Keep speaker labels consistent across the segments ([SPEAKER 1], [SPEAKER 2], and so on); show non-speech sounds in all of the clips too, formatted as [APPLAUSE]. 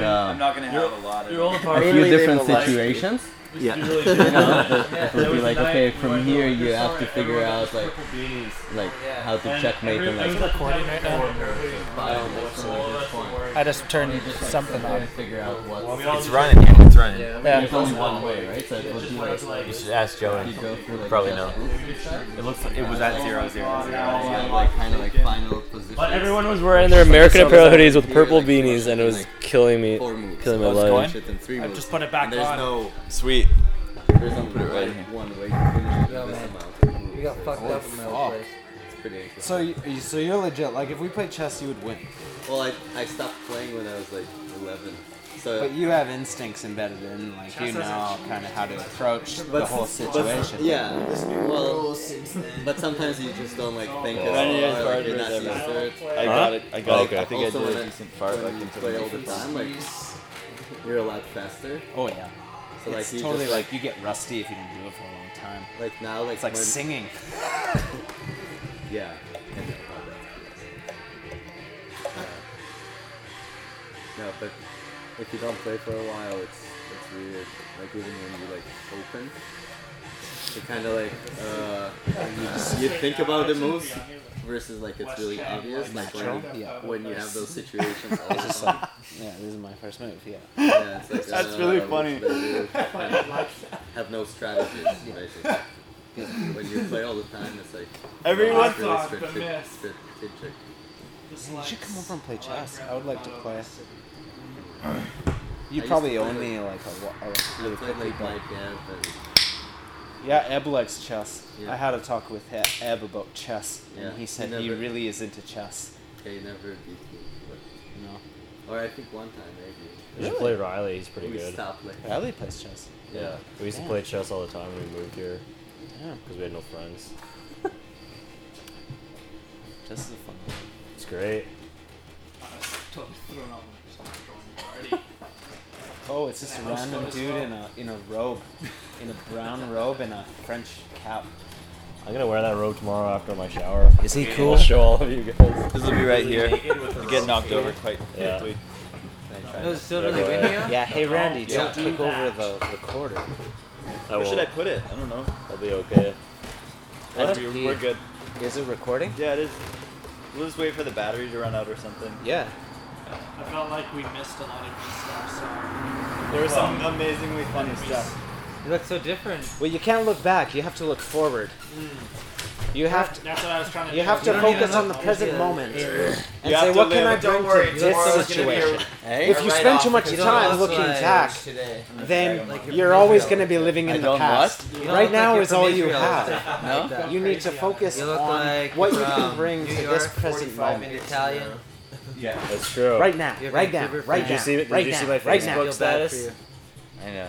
[SPEAKER 1] not gonna have a lot of.
[SPEAKER 2] Through all of our
[SPEAKER 3] a few
[SPEAKER 4] Really, they
[SPEAKER 3] different
[SPEAKER 4] will like you.
[SPEAKER 3] situations.
[SPEAKER 2] we
[SPEAKER 4] Yeah.
[SPEAKER 2] really did that. Yeah,
[SPEAKER 3] It
[SPEAKER 2] there
[SPEAKER 3] would be
[SPEAKER 2] was a
[SPEAKER 3] like,
[SPEAKER 2] night
[SPEAKER 3] okay,
[SPEAKER 2] we
[SPEAKER 3] from
[SPEAKER 2] went
[SPEAKER 3] here
[SPEAKER 2] over
[SPEAKER 3] you
[SPEAKER 2] this
[SPEAKER 3] have
[SPEAKER 2] summer
[SPEAKER 3] to
[SPEAKER 2] and
[SPEAKER 3] figure
[SPEAKER 2] everyone
[SPEAKER 3] out,
[SPEAKER 2] got these
[SPEAKER 3] like-
[SPEAKER 2] purple beanies.
[SPEAKER 3] like
[SPEAKER 4] Yeah.
[SPEAKER 3] how to
[SPEAKER 2] And
[SPEAKER 3] checkmate
[SPEAKER 2] every-
[SPEAKER 3] them,
[SPEAKER 2] it was
[SPEAKER 3] like
[SPEAKER 2] like
[SPEAKER 5] Recording right now?
[SPEAKER 2] four or something.
[SPEAKER 3] Bio
[SPEAKER 2] Like,
[SPEAKER 3] looks
[SPEAKER 2] all
[SPEAKER 3] like
[SPEAKER 2] of
[SPEAKER 3] this
[SPEAKER 2] us
[SPEAKER 3] point.
[SPEAKER 2] were-
[SPEAKER 5] I just turned something
[SPEAKER 3] trying to
[SPEAKER 5] on.
[SPEAKER 3] figure out
[SPEAKER 2] we
[SPEAKER 3] what's
[SPEAKER 2] all
[SPEAKER 6] It's
[SPEAKER 2] just-
[SPEAKER 6] running. It's running.
[SPEAKER 5] Yeah.
[SPEAKER 3] there's only one way, right? So it would be like
[SPEAKER 6] You should ask Joey.
[SPEAKER 3] you go through like
[SPEAKER 6] Probably
[SPEAKER 3] just
[SPEAKER 6] no.
[SPEAKER 3] this side,
[SPEAKER 1] It looks. It was at zero zero zero.
[SPEAKER 3] and, like kind of like final position.
[SPEAKER 2] But everyone was
[SPEAKER 7] Wearing their American Apparel hoodies with purple beanies, and it was killing me.
[SPEAKER 3] four moves.
[SPEAKER 7] killing my
[SPEAKER 3] Oh, it's
[SPEAKER 7] life.
[SPEAKER 3] going? Shit, then three
[SPEAKER 2] I've
[SPEAKER 3] moves.
[SPEAKER 2] just put it back
[SPEAKER 3] And there's
[SPEAKER 2] on.
[SPEAKER 3] no
[SPEAKER 6] Sweet.
[SPEAKER 3] there's only
[SPEAKER 6] it right
[SPEAKER 3] like
[SPEAKER 6] here.
[SPEAKER 3] one way to finish it
[SPEAKER 4] Yeah,
[SPEAKER 3] with this
[SPEAKER 4] man.
[SPEAKER 3] amount of moves.
[SPEAKER 4] You got
[SPEAKER 3] It's
[SPEAKER 4] fucked up in that place.
[SPEAKER 3] It's pretty interesting.
[SPEAKER 8] So, you, you- so you're legit. Like, if we played chess, you would win.
[SPEAKER 3] Well, I, I stopped playing when I was like 11. So
[SPEAKER 8] But you have instincts embedded in, like you know, kind of how to approach the whole situation.
[SPEAKER 3] yeah, well, but sometimes you just don't like think as well, like, you're not used to it.
[SPEAKER 1] I got it. I got
[SPEAKER 6] Okay.
[SPEAKER 1] it. I think
[SPEAKER 3] also,
[SPEAKER 1] I
[SPEAKER 3] when,
[SPEAKER 1] did a
[SPEAKER 3] I-
[SPEAKER 1] decent fart
[SPEAKER 3] when
[SPEAKER 1] like
[SPEAKER 3] you
[SPEAKER 1] into
[SPEAKER 3] play all
[SPEAKER 1] the.
[SPEAKER 3] the time, like you're a lot faster.
[SPEAKER 8] Oh yeah.
[SPEAKER 3] So like
[SPEAKER 8] it's
[SPEAKER 3] you
[SPEAKER 8] totally
[SPEAKER 3] just like
[SPEAKER 8] like you get rusty if you don't do it for a long time.
[SPEAKER 3] like now like
[SPEAKER 8] It's like
[SPEAKER 3] when-
[SPEAKER 8] singing.
[SPEAKER 3] Yeah. And then- No, but if you don't play for a while, it's it's weird. Like even when you like open, it kind of like uh, you, just- you think about the moves versus like it's really obvious. Like when,
[SPEAKER 8] Yeah.
[SPEAKER 3] when you have those situations, it's just
[SPEAKER 8] like, yeah, this is my first move. Yeah.
[SPEAKER 3] yeah, it's like,
[SPEAKER 1] That's
[SPEAKER 3] uh,
[SPEAKER 1] really
[SPEAKER 3] which
[SPEAKER 1] funny.
[SPEAKER 3] way you have no strategy, basically. When you play all the time, it's like
[SPEAKER 1] Everyone
[SPEAKER 3] it's really
[SPEAKER 2] thought the
[SPEAKER 3] strategic-
[SPEAKER 2] miss.
[SPEAKER 3] strategic.
[SPEAKER 8] You should come over and play chess. I would like to play.
[SPEAKER 3] I
[SPEAKER 8] You
[SPEAKER 3] used
[SPEAKER 8] probably
[SPEAKER 3] to play
[SPEAKER 8] owe me like a, wa- a really
[SPEAKER 3] I played
[SPEAKER 8] quickly,
[SPEAKER 3] like
[SPEAKER 8] but
[SPEAKER 3] Mike Ebb and
[SPEAKER 8] yeah, Eb likes chess.
[SPEAKER 3] Yeah.
[SPEAKER 8] I had a talk with he- Eb about chess,
[SPEAKER 3] Yeah.
[SPEAKER 8] and he said
[SPEAKER 3] He
[SPEAKER 8] he,
[SPEAKER 3] never-
[SPEAKER 8] really is into chess.
[SPEAKER 3] they never beat me.
[SPEAKER 8] You know,
[SPEAKER 3] But, or I think one time maybe.
[SPEAKER 7] You should play Riley. He's pretty
[SPEAKER 3] we
[SPEAKER 7] good.
[SPEAKER 3] stopped like
[SPEAKER 8] Bradley plays chess.
[SPEAKER 7] Yeah. We used to
[SPEAKER 8] Yeah.
[SPEAKER 7] play chess all the time when we moved here
[SPEAKER 8] Yeah,
[SPEAKER 7] because we had no friends.
[SPEAKER 8] chess is a fun. One.
[SPEAKER 7] It's great.
[SPEAKER 8] Oh, it's just a random dude in a in a robe, in a brown robe and a French cap.
[SPEAKER 7] I'm gonna wear that robe tomorrow after my shower.
[SPEAKER 8] Is he
[SPEAKER 7] I'll show all of you
[SPEAKER 3] [LAUGHS]
[SPEAKER 7] guys.
[SPEAKER 6] This will be right here. You get knocked over quite
[SPEAKER 7] Yeah.
[SPEAKER 6] quickly.
[SPEAKER 4] No, it's still really
[SPEAKER 7] Yeah,
[SPEAKER 4] windy out?
[SPEAKER 8] Yeah. Hey, Randy,
[SPEAKER 6] Yeah.
[SPEAKER 8] don't click over the recorder.
[SPEAKER 7] I
[SPEAKER 6] Where should I
[SPEAKER 7] will.
[SPEAKER 6] put it? I don't know.
[SPEAKER 7] I'll be okay.
[SPEAKER 6] I
[SPEAKER 4] What?
[SPEAKER 6] think we're, we're good.
[SPEAKER 8] Is it recording?
[SPEAKER 6] Yeah, it is. We'll just wait for the battery to run out or something.
[SPEAKER 8] Yeah.
[SPEAKER 2] I felt like we missed a lot of good stuff. So
[SPEAKER 6] There was some amazingly funny stuff.
[SPEAKER 4] You look so different.
[SPEAKER 8] Well, you can't look back. You have to look forward. You have to.
[SPEAKER 2] that's what I was trying to.
[SPEAKER 8] You
[SPEAKER 2] do.
[SPEAKER 8] have to
[SPEAKER 4] don't
[SPEAKER 8] focus
[SPEAKER 4] even
[SPEAKER 8] on the
[SPEAKER 4] look-
[SPEAKER 8] present
[SPEAKER 4] yeah.
[SPEAKER 8] moment and
[SPEAKER 6] You have
[SPEAKER 8] say,
[SPEAKER 6] to
[SPEAKER 8] "What can I
[SPEAKER 6] live.
[SPEAKER 8] bring
[SPEAKER 4] Don't worry,
[SPEAKER 8] to this
[SPEAKER 4] tomorrow's gonna be a-
[SPEAKER 8] situation?" If you spend too much
[SPEAKER 4] You don't
[SPEAKER 8] time
[SPEAKER 4] look
[SPEAKER 8] looking
[SPEAKER 4] like
[SPEAKER 8] back,
[SPEAKER 4] Today.
[SPEAKER 8] then
[SPEAKER 4] Like you're
[SPEAKER 8] you're
[SPEAKER 4] from
[SPEAKER 8] always
[SPEAKER 4] Israel.
[SPEAKER 8] going to be living in the
[SPEAKER 6] don't
[SPEAKER 8] past.
[SPEAKER 4] You don't
[SPEAKER 8] Right
[SPEAKER 4] look like
[SPEAKER 8] now
[SPEAKER 4] you're
[SPEAKER 8] is
[SPEAKER 4] from
[SPEAKER 8] all you
[SPEAKER 4] Israel.
[SPEAKER 8] have.
[SPEAKER 4] Like that.
[SPEAKER 8] You need to focus
[SPEAKER 4] You
[SPEAKER 8] on
[SPEAKER 4] look like
[SPEAKER 8] what you
[SPEAKER 4] you're
[SPEAKER 8] can
[SPEAKER 4] from
[SPEAKER 8] bring
[SPEAKER 4] Um, New
[SPEAKER 8] to
[SPEAKER 4] York, uh,
[SPEAKER 8] this present
[SPEAKER 4] 45
[SPEAKER 8] moment.
[SPEAKER 4] minute Italian.
[SPEAKER 6] Yeah.
[SPEAKER 7] That's true.
[SPEAKER 8] Right now,
[SPEAKER 4] You're
[SPEAKER 8] right
[SPEAKER 4] from
[SPEAKER 8] now,
[SPEAKER 4] Vancouver,
[SPEAKER 8] right
[SPEAKER 4] Fran-
[SPEAKER 7] Did you
[SPEAKER 8] now,
[SPEAKER 7] see? Did
[SPEAKER 8] right
[SPEAKER 7] you see
[SPEAKER 8] now,
[SPEAKER 7] my
[SPEAKER 8] right
[SPEAKER 7] Facebook
[SPEAKER 8] now.
[SPEAKER 4] Feel bad for
[SPEAKER 7] status?
[SPEAKER 4] you.
[SPEAKER 6] I know.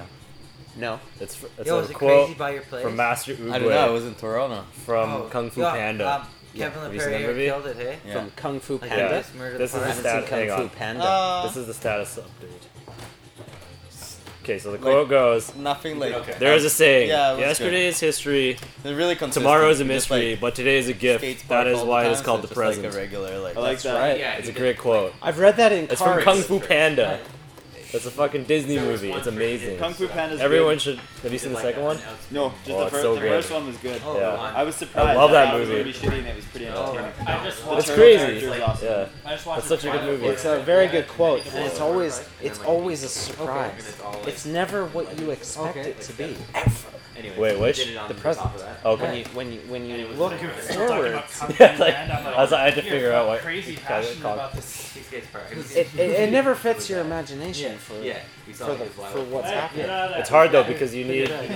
[SPEAKER 8] No,
[SPEAKER 7] It's fr- it's
[SPEAKER 4] Yo,
[SPEAKER 7] a
[SPEAKER 4] is it crazy
[SPEAKER 7] quote
[SPEAKER 4] by your place?
[SPEAKER 7] from Master Oogway
[SPEAKER 3] I don't know. I was in Toronto.
[SPEAKER 7] from
[SPEAKER 4] Oh,
[SPEAKER 7] Kung Fu
[SPEAKER 4] yo,
[SPEAKER 7] Panda.
[SPEAKER 4] Um, Kevin
[SPEAKER 7] Have you seen that
[SPEAKER 4] LaPerriere
[SPEAKER 7] movie?
[SPEAKER 4] killed it, hey?
[SPEAKER 3] Yeah.
[SPEAKER 8] from Kung Fu
[SPEAKER 4] Like,
[SPEAKER 7] Yeah.
[SPEAKER 4] he
[SPEAKER 8] Panda.
[SPEAKER 4] just murdered
[SPEAKER 7] This
[SPEAKER 4] the
[SPEAKER 7] is a
[SPEAKER 4] pilot.
[SPEAKER 7] stat. Hang
[SPEAKER 8] Kung Fu
[SPEAKER 7] on.
[SPEAKER 8] Panda.
[SPEAKER 4] Uh,
[SPEAKER 7] This is the status update. Okay, so the
[SPEAKER 3] Like-
[SPEAKER 7] quote goes:
[SPEAKER 3] Nothing like.
[SPEAKER 7] There is a saying.
[SPEAKER 3] Yeah, it was good.
[SPEAKER 7] Yesterday is history.
[SPEAKER 3] They're really consistent.
[SPEAKER 7] Tomorrow is a
[SPEAKER 3] It just,
[SPEAKER 7] mystery,
[SPEAKER 3] like,
[SPEAKER 7] but today is a
[SPEAKER 3] skates
[SPEAKER 7] gift. That
[SPEAKER 3] by
[SPEAKER 7] is
[SPEAKER 3] all
[SPEAKER 7] why
[SPEAKER 3] the
[SPEAKER 7] it's
[SPEAKER 3] time,
[SPEAKER 7] called
[SPEAKER 3] so it's
[SPEAKER 7] the
[SPEAKER 3] just,
[SPEAKER 7] present.
[SPEAKER 3] Like a regular like.
[SPEAKER 6] I like that.
[SPEAKER 8] right.
[SPEAKER 7] It's a great quote.
[SPEAKER 8] I've read that in
[SPEAKER 7] It's from
[SPEAKER 8] cards.
[SPEAKER 7] Kung Fu Panda. That's a fucking Disney movie. It's amazing.
[SPEAKER 6] Kung Fu Panda's
[SPEAKER 7] Everyone
[SPEAKER 6] good.
[SPEAKER 7] should. Have you seen the second one?
[SPEAKER 6] No, just
[SPEAKER 7] Oh,
[SPEAKER 6] the,
[SPEAKER 7] it's
[SPEAKER 6] first,
[SPEAKER 7] so
[SPEAKER 6] the
[SPEAKER 7] good.
[SPEAKER 6] first one was good.
[SPEAKER 4] Oh,
[SPEAKER 7] Yeah.
[SPEAKER 4] one.
[SPEAKER 6] I was surprised.
[SPEAKER 7] love that
[SPEAKER 6] I thought it was
[SPEAKER 7] movie.
[SPEAKER 6] gonna be shitty and it was pretty
[SPEAKER 8] Oh,
[SPEAKER 6] entertaining.
[SPEAKER 2] I just
[SPEAKER 6] The
[SPEAKER 2] watched
[SPEAKER 7] It's
[SPEAKER 6] turtle
[SPEAKER 7] crazy.
[SPEAKER 6] character is awesome.
[SPEAKER 7] Yeah,
[SPEAKER 2] I just watched
[SPEAKER 7] It's such a
[SPEAKER 2] the
[SPEAKER 7] good
[SPEAKER 2] pilot.
[SPEAKER 7] movie.
[SPEAKER 8] It's a very good quote, and it's always it's always a surprise.
[SPEAKER 4] Okay.
[SPEAKER 8] It's never what you expect
[SPEAKER 4] Okay.
[SPEAKER 8] it to be.
[SPEAKER 6] Anyway,
[SPEAKER 7] Wait, which?
[SPEAKER 8] The present. When
[SPEAKER 7] Okay.
[SPEAKER 8] you when you when you
[SPEAKER 5] was
[SPEAKER 8] look
[SPEAKER 5] like-
[SPEAKER 2] Talking
[SPEAKER 7] [LAUGHS]
[SPEAKER 8] forward,
[SPEAKER 2] about Kung Fu
[SPEAKER 7] Yeah, it's like-
[SPEAKER 2] Panda, I'm like,
[SPEAKER 7] I was like, I had to
[SPEAKER 2] you're
[SPEAKER 7] figure out what.
[SPEAKER 2] Crazy
[SPEAKER 7] Yeah,
[SPEAKER 2] passionate
[SPEAKER 7] Kong.
[SPEAKER 2] about this.
[SPEAKER 8] it, it, it never fits your imagination for for, the, for what's
[SPEAKER 2] Hey,
[SPEAKER 8] happening.
[SPEAKER 2] get out of that.
[SPEAKER 7] It's hard though because you need
[SPEAKER 2] Like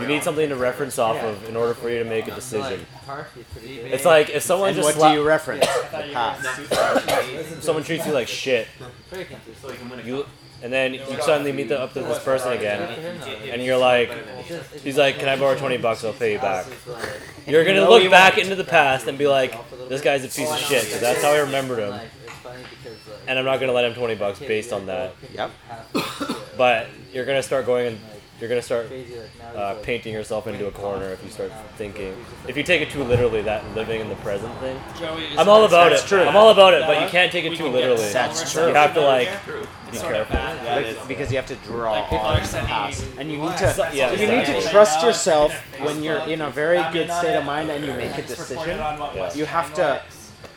[SPEAKER 7] you need
[SPEAKER 3] [LAUGHS]
[SPEAKER 7] something to reference off
[SPEAKER 8] Yeah.
[SPEAKER 7] of in order for you to make a decision.
[SPEAKER 4] Like, Parfy's pretty good.
[SPEAKER 7] It's like if someone
[SPEAKER 8] And
[SPEAKER 7] just
[SPEAKER 8] what
[SPEAKER 7] la-
[SPEAKER 8] do you reference?
[SPEAKER 2] thought
[SPEAKER 8] The
[SPEAKER 2] you
[SPEAKER 8] past.
[SPEAKER 7] if someone treats you like shit,
[SPEAKER 4] Very consistent.
[SPEAKER 7] you and then you suddenly meet the, up to this person
[SPEAKER 4] Good for
[SPEAKER 7] again,
[SPEAKER 4] him, though.
[SPEAKER 7] and you're like,
[SPEAKER 4] It's just- it's
[SPEAKER 7] he's
[SPEAKER 4] just
[SPEAKER 7] like,
[SPEAKER 4] so
[SPEAKER 7] can I borrow twenty bucks? I'll pay you back.
[SPEAKER 4] It's like-
[SPEAKER 7] You're gonna
[SPEAKER 8] No,
[SPEAKER 7] look
[SPEAKER 8] you
[SPEAKER 7] back
[SPEAKER 8] won't.
[SPEAKER 7] into the past and be like, this guy's a piece of shit. 'cause that's how I remembered him,
[SPEAKER 4] Like, it's funny because, like,
[SPEAKER 7] and I'm not gonna let him twenty bucks
[SPEAKER 4] okay,
[SPEAKER 7] based
[SPEAKER 4] you're
[SPEAKER 7] on that. Uh,
[SPEAKER 4] like,
[SPEAKER 8] Yep.
[SPEAKER 4] half of it,
[SPEAKER 7] But you're gonna start going and you're gonna start
[SPEAKER 4] crazy, like, now he's,
[SPEAKER 7] uh,
[SPEAKER 4] like,
[SPEAKER 7] painting yourself into a corner if you start thinking. If you take it too literally, that living in the present thing.
[SPEAKER 2] Joey is
[SPEAKER 7] I'm all
[SPEAKER 2] like-
[SPEAKER 7] about
[SPEAKER 8] That's
[SPEAKER 7] it.
[SPEAKER 8] true.
[SPEAKER 7] I'm all about it, but you
[SPEAKER 2] Uh,
[SPEAKER 7] can't take
[SPEAKER 2] we
[SPEAKER 7] it too
[SPEAKER 2] can get
[SPEAKER 7] literally.
[SPEAKER 2] some
[SPEAKER 8] That's
[SPEAKER 2] more
[SPEAKER 8] true.
[SPEAKER 7] You have to
[SPEAKER 2] stuff
[SPEAKER 7] like
[SPEAKER 2] out of here.
[SPEAKER 7] Be
[SPEAKER 2] sort of
[SPEAKER 7] careful.
[SPEAKER 2] bad.
[SPEAKER 9] Yeah, it
[SPEAKER 7] Like,
[SPEAKER 9] is.
[SPEAKER 7] because you have to draw
[SPEAKER 2] Like, people
[SPEAKER 7] on
[SPEAKER 2] are
[SPEAKER 7] the
[SPEAKER 2] sending
[SPEAKER 7] pass,
[SPEAKER 2] you-
[SPEAKER 7] and you need to.
[SPEAKER 2] What?
[SPEAKER 7] yeah,
[SPEAKER 2] That's
[SPEAKER 8] You need
[SPEAKER 7] exactly.
[SPEAKER 8] to
[SPEAKER 2] Right
[SPEAKER 8] trust
[SPEAKER 2] now,
[SPEAKER 8] yourself
[SPEAKER 2] in a
[SPEAKER 8] when you're
[SPEAKER 2] Facebook,
[SPEAKER 8] in a very
[SPEAKER 2] I'm
[SPEAKER 8] good
[SPEAKER 2] not
[SPEAKER 8] state
[SPEAKER 2] a-
[SPEAKER 8] of mind and you make a
[SPEAKER 2] It's recorded
[SPEAKER 8] decision.
[SPEAKER 2] on what
[SPEAKER 7] Yeah.
[SPEAKER 2] West
[SPEAKER 8] You have
[SPEAKER 2] Channel
[SPEAKER 8] to-
[SPEAKER 2] is.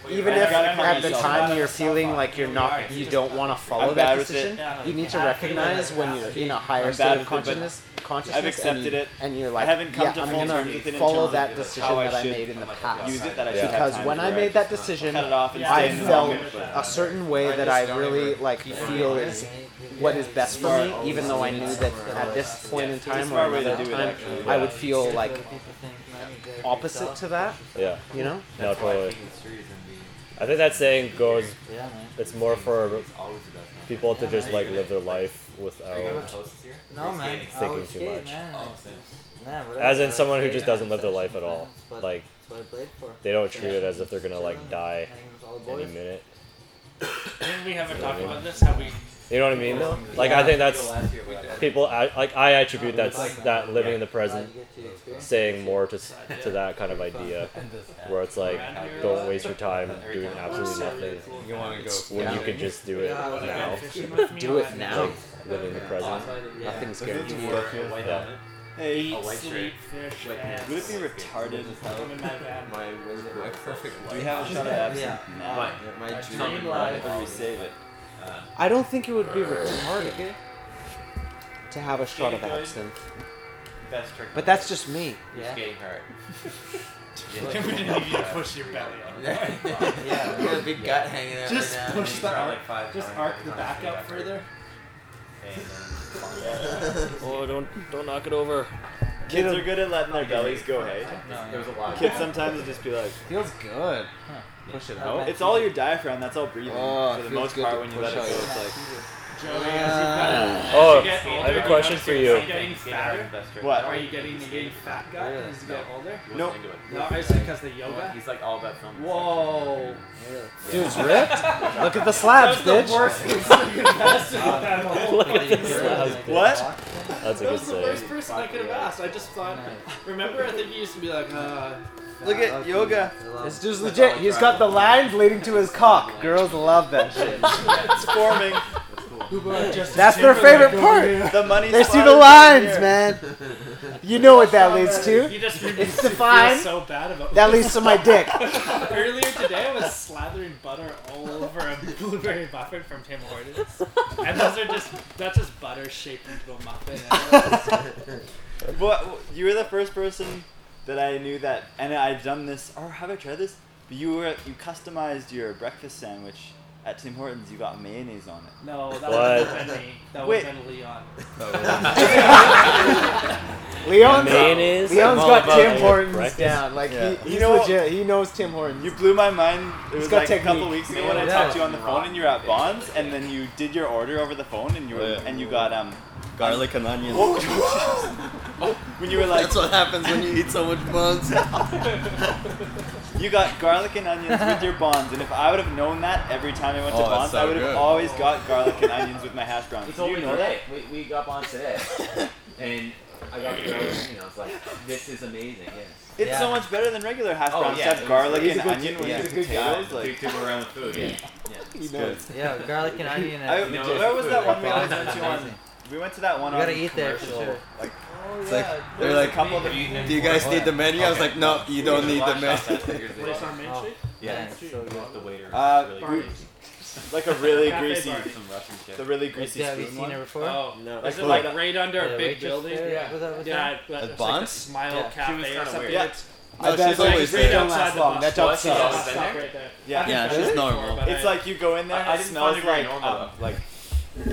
[SPEAKER 8] Even
[SPEAKER 2] I
[SPEAKER 8] if
[SPEAKER 2] gotta call
[SPEAKER 8] at the
[SPEAKER 2] myself
[SPEAKER 8] time
[SPEAKER 2] out.
[SPEAKER 8] you're feeling like you're not, you don't want to follow that
[SPEAKER 5] bad with it.
[SPEAKER 8] decision,
[SPEAKER 2] Yeah.
[SPEAKER 8] you need to
[SPEAKER 2] I feel like
[SPEAKER 8] recognize
[SPEAKER 2] I
[SPEAKER 8] when
[SPEAKER 2] have
[SPEAKER 8] you're
[SPEAKER 2] to
[SPEAKER 8] in a
[SPEAKER 2] be-
[SPEAKER 8] higher
[SPEAKER 5] I'm
[SPEAKER 8] state
[SPEAKER 5] bad
[SPEAKER 8] of
[SPEAKER 5] with it, but
[SPEAKER 8] consciousness. Consciousness and
[SPEAKER 5] accepted
[SPEAKER 8] you,
[SPEAKER 5] it.
[SPEAKER 8] and you're like,
[SPEAKER 5] haven't come
[SPEAKER 8] yeah,
[SPEAKER 5] to
[SPEAKER 8] I'm
[SPEAKER 5] full
[SPEAKER 8] gonna
[SPEAKER 5] terms with it in
[SPEAKER 8] follow
[SPEAKER 5] terms of
[SPEAKER 8] that
[SPEAKER 5] how
[SPEAKER 8] decision
[SPEAKER 5] I
[SPEAKER 8] that I
[SPEAKER 5] should
[SPEAKER 8] made in the
[SPEAKER 5] Use
[SPEAKER 8] past.
[SPEAKER 5] it that I
[SPEAKER 7] Yeah.
[SPEAKER 5] should have
[SPEAKER 8] Because
[SPEAKER 5] time
[SPEAKER 8] when
[SPEAKER 5] to
[SPEAKER 8] I
[SPEAKER 5] write.
[SPEAKER 8] made that decision,
[SPEAKER 5] cut it off and
[SPEAKER 2] Yeah.
[SPEAKER 5] stay
[SPEAKER 8] I
[SPEAKER 5] in the
[SPEAKER 8] felt
[SPEAKER 5] moment.
[SPEAKER 8] a certain way that I really like feel is what is best for me, even though I knew that at this point in time or
[SPEAKER 5] smart way to
[SPEAKER 8] another
[SPEAKER 5] do it,
[SPEAKER 8] time,
[SPEAKER 5] actually.
[SPEAKER 8] I would feel like opposite
[SPEAKER 4] opposite
[SPEAKER 8] to that.
[SPEAKER 7] Yeah,
[SPEAKER 8] You know,
[SPEAKER 7] no, totally.
[SPEAKER 4] It's
[SPEAKER 7] I think that saying goes.
[SPEAKER 4] Yeah, man.
[SPEAKER 7] It's more for
[SPEAKER 4] Always the best. man.
[SPEAKER 7] people to just like live their life without,
[SPEAKER 4] No man,
[SPEAKER 7] thinking
[SPEAKER 4] always
[SPEAKER 7] too
[SPEAKER 4] gay,
[SPEAKER 7] much.
[SPEAKER 4] Man. Nah, whatever,
[SPEAKER 7] as in
[SPEAKER 4] but
[SPEAKER 7] someone who
[SPEAKER 4] gay
[SPEAKER 7] just
[SPEAKER 4] man,
[SPEAKER 7] doesn't live their
[SPEAKER 4] that's
[SPEAKER 7] life at all.
[SPEAKER 4] sometimes, but
[SPEAKER 7] Like
[SPEAKER 4] that's what I played for.
[SPEAKER 7] they don't treat it as if they're gonna like die
[SPEAKER 4] Hanging with all the
[SPEAKER 7] any
[SPEAKER 4] boys.
[SPEAKER 7] minute.
[SPEAKER 2] Didn't we haven't talked about this? Have we?
[SPEAKER 7] You know what I mean? Though, like I think that's people. I, like I attribute that that living in the present
[SPEAKER 4] Glad you get to experience
[SPEAKER 7] saying more to s- to that kind of idea, where it's like don't waste your time doing absolutely nothing
[SPEAKER 3] You want to go?
[SPEAKER 7] when you could just do it now,
[SPEAKER 8] do it now.
[SPEAKER 7] live in the present.
[SPEAKER 8] Nothing's guaranteed.
[SPEAKER 7] Yeah.
[SPEAKER 5] Hey,
[SPEAKER 2] White sleep, fish, ass.
[SPEAKER 5] would it be retarded?
[SPEAKER 2] I'm in my bed.
[SPEAKER 3] My perfect
[SPEAKER 5] Do we have a shot at absinthe?
[SPEAKER 4] Yeah.
[SPEAKER 5] Nah.
[SPEAKER 3] My
[SPEAKER 2] dream
[SPEAKER 5] Why
[SPEAKER 2] life.
[SPEAKER 5] would we save it?
[SPEAKER 8] I don't think it would be retarded to have a shot of absinthe,
[SPEAKER 5] Best trick.
[SPEAKER 8] but that's just me.
[SPEAKER 4] Yeah.
[SPEAKER 9] Getting hurt.
[SPEAKER 2] [LAUGHS] [LAUGHS] we didn't need you to push your belly out.
[SPEAKER 4] Yeah, you got a big gut hanging out
[SPEAKER 2] Just
[SPEAKER 4] right now.
[SPEAKER 2] push the arc. Just arc the back out further.
[SPEAKER 7] Oh, don't don't knock it over.
[SPEAKER 5] Kids are good at letting their bellies go, hey?
[SPEAKER 4] No, yeah.
[SPEAKER 5] [LAUGHS] Kids sometimes will just be like,
[SPEAKER 8] Feels good. Push it out.
[SPEAKER 5] it's all your diaphragm, that's all breathing.
[SPEAKER 3] Oh,
[SPEAKER 5] For
[SPEAKER 3] it
[SPEAKER 5] the
[SPEAKER 3] feels
[SPEAKER 5] most
[SPEAKER 3] good
[SPEAKER 5] part,
[SPEAKER 3] to
[SPEAKER 5] when you
[SPEAKER 3] push
[SPEAKER 5] let it go,
[SPEAKER 3] out.
[SPEAKER 5] it's [LAUGHS] like,
[SPEAKER 2] Joey, as you've got
[SPEAKER 7] Oh,
[SPEAKER 2] As you get older,
[SPEAKER 7] I have a
[SPEAKER 2] you
[SPEAKER 7] question
[SPEAKER 2] notice
[SPEAKER 7] for
[SPEAKER 2] you're
[SPEAKER 7] you.
[SPEAKER 2] Getting fatter. Are
[SPEAKER 5] what?
[SPEAKER 2] you getting the big fat guy as you get older?
[SPEAKER 5] Nope.
[SPEAKER 2] No, it's because the yoga. [LAUGHS]
[SPEAKER 9] He's like all about film.
[SPEAKER 2] Whoa.
[SPEAKER 8] Dude's ripped. Look at the slabs,
[SPEAKER 2] That's the
[SPEAKER 8] bitch.
[SPEAKER 2] worst person you could have asked about that whole
[SPEAKER 7] Look at this.
[SPEAKER 5] What?
[SPEAKER 7] That's a
[SPEAKER 2] That
[SPEAKER 7] good
[SPEAKER 2] was the worst
[SPEAKER 7] saying.
[SPEAKER 2] person I could have asked. I just thought. Remember, I think he used to be like, uh,
[SPEAKER 5] Look at yoga.
[SPEAKER 8] This dude's legit. He's got the lines leading to his cock. Girls love that shit.
[SPEAKER 5] [LAUGHS] It's
[SPEAKER 3] [LAUGHS]
[SPEAKER 5] forming.
[SPEAKER 8] That's their favorite part.
[SPEAKER 5] The money.
[SPEAKER 8] They see the lines, man. You know what that leads to.
[SPEAKER 2] you just made me
[SPEAKER 8] It's
[SPEAKER 2] feel
[SPEAKER 8] defined.
[SPEAKER 2] so bad about
[SPEAKER 8] That leads to my dick.
[SPEAKER 2] Earlier today, I was slathering butter all over a blueberry muffin from Tim Hortons, and those are just that's just butter shaped into a muffin.
[SPEAKER 5] What? You were the first person that I knew that, and I'd done this, or have I tried this? But you were you customized your breakfast sandwich at Tim Hortons. You got mayonnaise on it.
[SPEAKER 2] No, that
[SPEAKER 7] What?
[SPEAKER 2] wasn't me. That
[SPEAKER 5] Wait.
[SPEAKER 2] wasn't Leon.
[SPEAKER 8] Leon's,
[SPEAKER 7] Mayonnaise.
[SPEAKER 8] Leon's
[SPEAKER 7] I'm all
[SPEAKER 8] got
[SPEAKER 7] about
[SPEAKER 8] Tim
[SPEAKER 7] it.
[SPEAKER 8] Hortons
[SPEAKER 7] Breakfast.
[SPEAKER 8] down. Like
[SPEAKER 5] Yeah.
[SPEAKER 8] he, he's
[SPEAKER 5] You know what?
[SPEAKER 8] legit. He knows Tim Hortons.
[SPEAKER 5] You blew my mind. It was
[SPEAKER 8] got
[SPEAKER 5] like a couple
[SPEAKER 8] technique.
[SPEAKER 5] weeks ago when I
[SPEAKER 8] Yeah.
[SPEAKER 5] talked to you on the phone, and you were at Bonds, and then you did your order over the phone, and you were,
[SPEAKER 3] Oh, yeah.
[SPEAKER 5] and you got um.
[SPEAKER 3] Garlic and onions.
[SPEAKER 5] When you were like,
[SPEAKER 3] That's what happens when you eat so much [LAUGHS] bugs.
[SPEAKER 5] you got garlic and onions with your bonds, and if I would have known that every time I went to
[SPEAKER 3] Oh, that's
[SPEAKER 5] bonds,
[SPEAKER 3] so
[SPEAKER 5] I would have
[SPEAKER 3] good.
[SPEAKER 5] always got garlic and onions with my hash browns.
[SPEAKER 9] He
[SPEAKER 5] Did
[SPEAKER 9] told
[SPEAKER 5] you
[SPEAKER 9] me
[SPEAKER 5] know
[SPEAKER 9] today. We, we got on today, and I got the girls, and I was like, "This is amazing." Yes.
[SPEAKER 5] It's so
[SPEAKER 4] Yeah.
[SPEAKER 5] much better than regular hash
[SPEAKER 9] Oh,
[SPEAKER 5] browns
[SPEAKER 9] yeah,
[SPEAKER 5] to have
[SPEAKER 9] it's-
[SPEAKER 5] garlic
[SPEAKER 8] he's a
[SPEAKER 5] and
[SPEAKER 8] good-
[SPEAKER 5] onion with
[SPEAKER 8] he's
[SPEAKER 5] the
[SPEAKER 8] a good guy.
[SPEAKER 5] potatoes. Like,
[SPEAKER 9] took him around with food. Yeah.
[SPEAKER 8] He knows.
[SPEAKER 4] Yeah, garlic and onion.
[SPEAKER 5] [LAUGHS] I,
[SPEAKER 4] And,
[SPEAKER 9] know,
[SPEAKER 5] where
[SPEAKER 9] it's
[SPEAKER 5] was
[SPEAKER 9] food, like
[SPEAKER 5] that one we always went to on?
[SPEAKER 4] amazing.
[SPEAKER 5] We went to that one
[SPEAKER 4] you
[SPEAKER 5] on.
[SPEAKER 4] gotta eat there for
[SPEAKER 5] commercial.
[SPEAKER 4] sure.
[SPEAKER 5] Like,
[SPEAKER 3] It's like they're like,
[SPEAKER 5] couple of
[SPEAKER 3] do you guys need the menu? I was like, no, you don't need [LAUGHS] the menu.
[SPEAKER 2] Place on Main
[SPEAKER 4] Oh.
[SPEAKER 2] Street.
[SPEAKER 4] Yeah, it's so good.
[SPEAKER 9] The waiter.
[SPEAKER 5] Uh,
[SPEAKER 9] really
[SPEAKER 2] Barney's.
[SPEAKER 5] like a really
[SPEAKER 2] Cafe
[SPEAKER 5] greasy,
[SPEAKER 2] Barney.
[SPEAKER 9] some Russian shit.
[SPEAKER 5] the really
[SPEAKER 4] Like,
[SPEAKER 5] greasy
[SPEAKER 4] yeah, have you
[SPEAKER 5] spoon
[SPEAKER 4] seen
[SPEAKER 5] one.
[SPEAKER 4] it before?
[SPEAKER 2] Oh,
[SPEAKER 7] No.
[SPEAKER 2] is it
[SPEAKER 5] Oh.
[SPEAKER 2] like right under
[SPEAKER 4] Yeah,
[SPEAKER 2] a big
[SPEAKER 4] waitress
[SPEAKER 2] building?
[SPEAKER 4] there,
[SPEAKER 2] Yeah,
[SPEAKER 4] was that- was
[SPEAKER 2] yeah, but
[SPEAKER 3] At
[SPEAKER 2] it's like the
[SPEAKER 3] Bonds?
[SPEAKER 2] smile
[SPEAKER 4] Yeah.
[SPEAKER 9] She was
[SPEAKER 2] cafe or
[SPEAKER 9] kinda
[SPEAKER 2] something.
[SPEAKER 9] weird.
[SPEAKER 5] Yeah.
[SPEAKER 2] It's
[SPEAKER 8] I
[SPEAKER 5] Oh,
[SPEAKER 8] bet
[SPEAKER 5] she's
[SPEAKER 8] like it's
[SPEAKER 5] always
[SPEAKER 2] right
[SPEAKER 5] there.
[SPEAKER 2] outside
[SPEAKER 8] last
[SPEAKER 2] the
[SPEAKER 8] long.
[SPEAKER 2] bus
[SPEAKER 8] That
[SPEAKER 2] stop.
[SPEAKER 8] don't
[SPEAKER 9] She's
[SPEAKER 8] suck.
[SPEAKER 9] always
[SPEAKER 2] Stop
[SPEAKER 9] been there?
[SPEAKER 2] right there.
[SPEAKER 5] Yeah,
[SPEAKER 3] Yeah,
[SPEAKER 2] Really?
[SPEAKER 3] she's normal.
[SPEAKER 2] But
[SPEAKER 5] it's
[SPEAKER 2] I-
[SPEAKER 5] like you go in there,
[SPEAKER 9] I- I
[SPEAKER 5] it
[SPEAKER 9] didn't
[SPEAKER 5] smells
[SPEAKER 9] find it very
[SPEAKER 5] like
[SPEAKER 9] normal,
[SPEAKER 5] um, like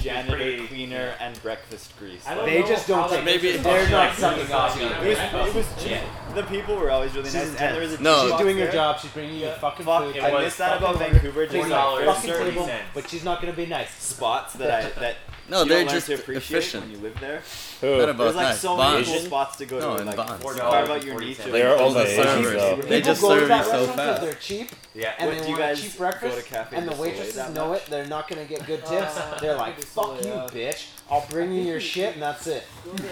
[SPEAKER 5] janitor,
[SPEAKER 2] pretty-
[SPEAKER 5] cleaner, and breakfast grease.
[SPEAKER 2] I
[SPEAKER 5] Like,
[SPEAKER 2] don't
[SPEAKER 8] They
[SPEAKER 2] know
[SPEAKER 8] just don't
[SPEAKER 2] how
[SPEAKER 8] take-
[SPEAKER 2] they
[SPEAKER 3] Maybe
[SPEAKER 2] just
[SPEAKER 8] they're
[SPEAKER 2] don't
[SPEAKER 8] not
[SPEAKER 2] like
[SPEAKER 8] sucking
[SPEAKER 2] this
[SPEAKER 8] off
[SPEAKER 2] stuff.
[SPEAKER 8] you.
[SPEAKER 2] Yeah.
[SPEAKER 5] it was it was cheap. The people were always really nice, and there was a
[SPEAKER 3] No.
[SPEAKER 8] She's
[SPEAKER 5] jukebox
[SPEAKER 8] doing her
[SPEAKER 5] there.
[SPEAKER 8] job. She's bringing you fucking
[SPEAKER 5] Fuck,
[SPEAKER 8] food.
[SPEAKER 5] I
[SPEAKER 8] Like,
[SPEAKER 5] missed that
[SPEAKER 8] fucking
[SPEAKER 5] about
[SPEAKER 8] order.
[SPEAKER 5] Vancouver. Just
[SPEAKER 8] Bring
[SPEAKER 5] like
[SPEAKER 8] a
[SPEAKER 5] there's
[SPEAKER 8] fucking
[SPEAKER 5] certain
[SPEAKER 8] table, but she's not gonna be nice.
[SPEAKER 5] spots that I that
[SPEAKER 3] No,
[SPEAKER 6] you
[SPEAKER 3] they're
[SPEAKER 6] don't learn
[SPEAKER 3] just
[SPEAKER 6] to appreciate
[SPEAKER 3] efficient.
[SPEAKER 6] when you live there.
[SPEAKER 7] Who?
[SPEAKER 3] None of
[SPEAKER 6] There's
[SPEAKER 3] us
[SPEAKER 6] like
[SPEAKER 3] nice.
[SPEAKER 6] so many
[SPEAKER 3] Bonds.
[SPEAKER 6] cool spots to go
[SPEAKER 3] No,
[SPEAKER 6] to,
[SPEAKER 3] in
[SPEAKER 6] like
[SPEAKER 3] Bonds.
[SPEAKER 6] carve out your niche. of-
[SPEAKER 7] They are all
[SPEAKER 3] Those
[SPEAKER 7] the
[SPEAKER 3] are servers,
[SPEAKER 7] Asians
[SPEAKER 3] though.
[SPEAKER 7] though.
[SPEAKER 3] They just
[SPEAKER 8] People go
[SPEAKER 3] serve
[SPEAKER 8] to
[SPEAKER 3] you
[SPEAKER 8] that
[SPEAKER 3] so
[SPEAKER 8] restaurant 'cause
[SPEAKER 3] fast.
[SPEAKER 8] They're cheap
[SPEAKER 4] Yeah.
[SPEAKER 8] and
[SPEAKER 6] What,
[SPEAKER 8] they
[SPEAKER 6] do you
[SPEAKER 8] want a
[SPEAKER 6] guys
[SPEAKER 8] cheap
[SPEAKER 6] go to
[SPEAKER 8] breakfast,
[SPEAKER 6] cafe
[SPEAKER 8] and the
[SPEAKER 6] to slay
[SPEAKER 8] waitresses
[SPEAKER 6] that
[SPEAKER 8] know
[SPEAKER 6] much?
[SPEAKER 8] it. They're not gonna
[SPEAKER 6] [LAUGHS]
[SPEAKER 8] get good tips. They're like,
[SPEAKER 2] Cafe to
[SPEAKER 8] "Fuck
[SPEAKER 2] Slay,
[SPEAKER 8] you,
[SPEAKER 2] yeah.
[SPEAKER 8] bitch! I'll bring you your shit, and that's it."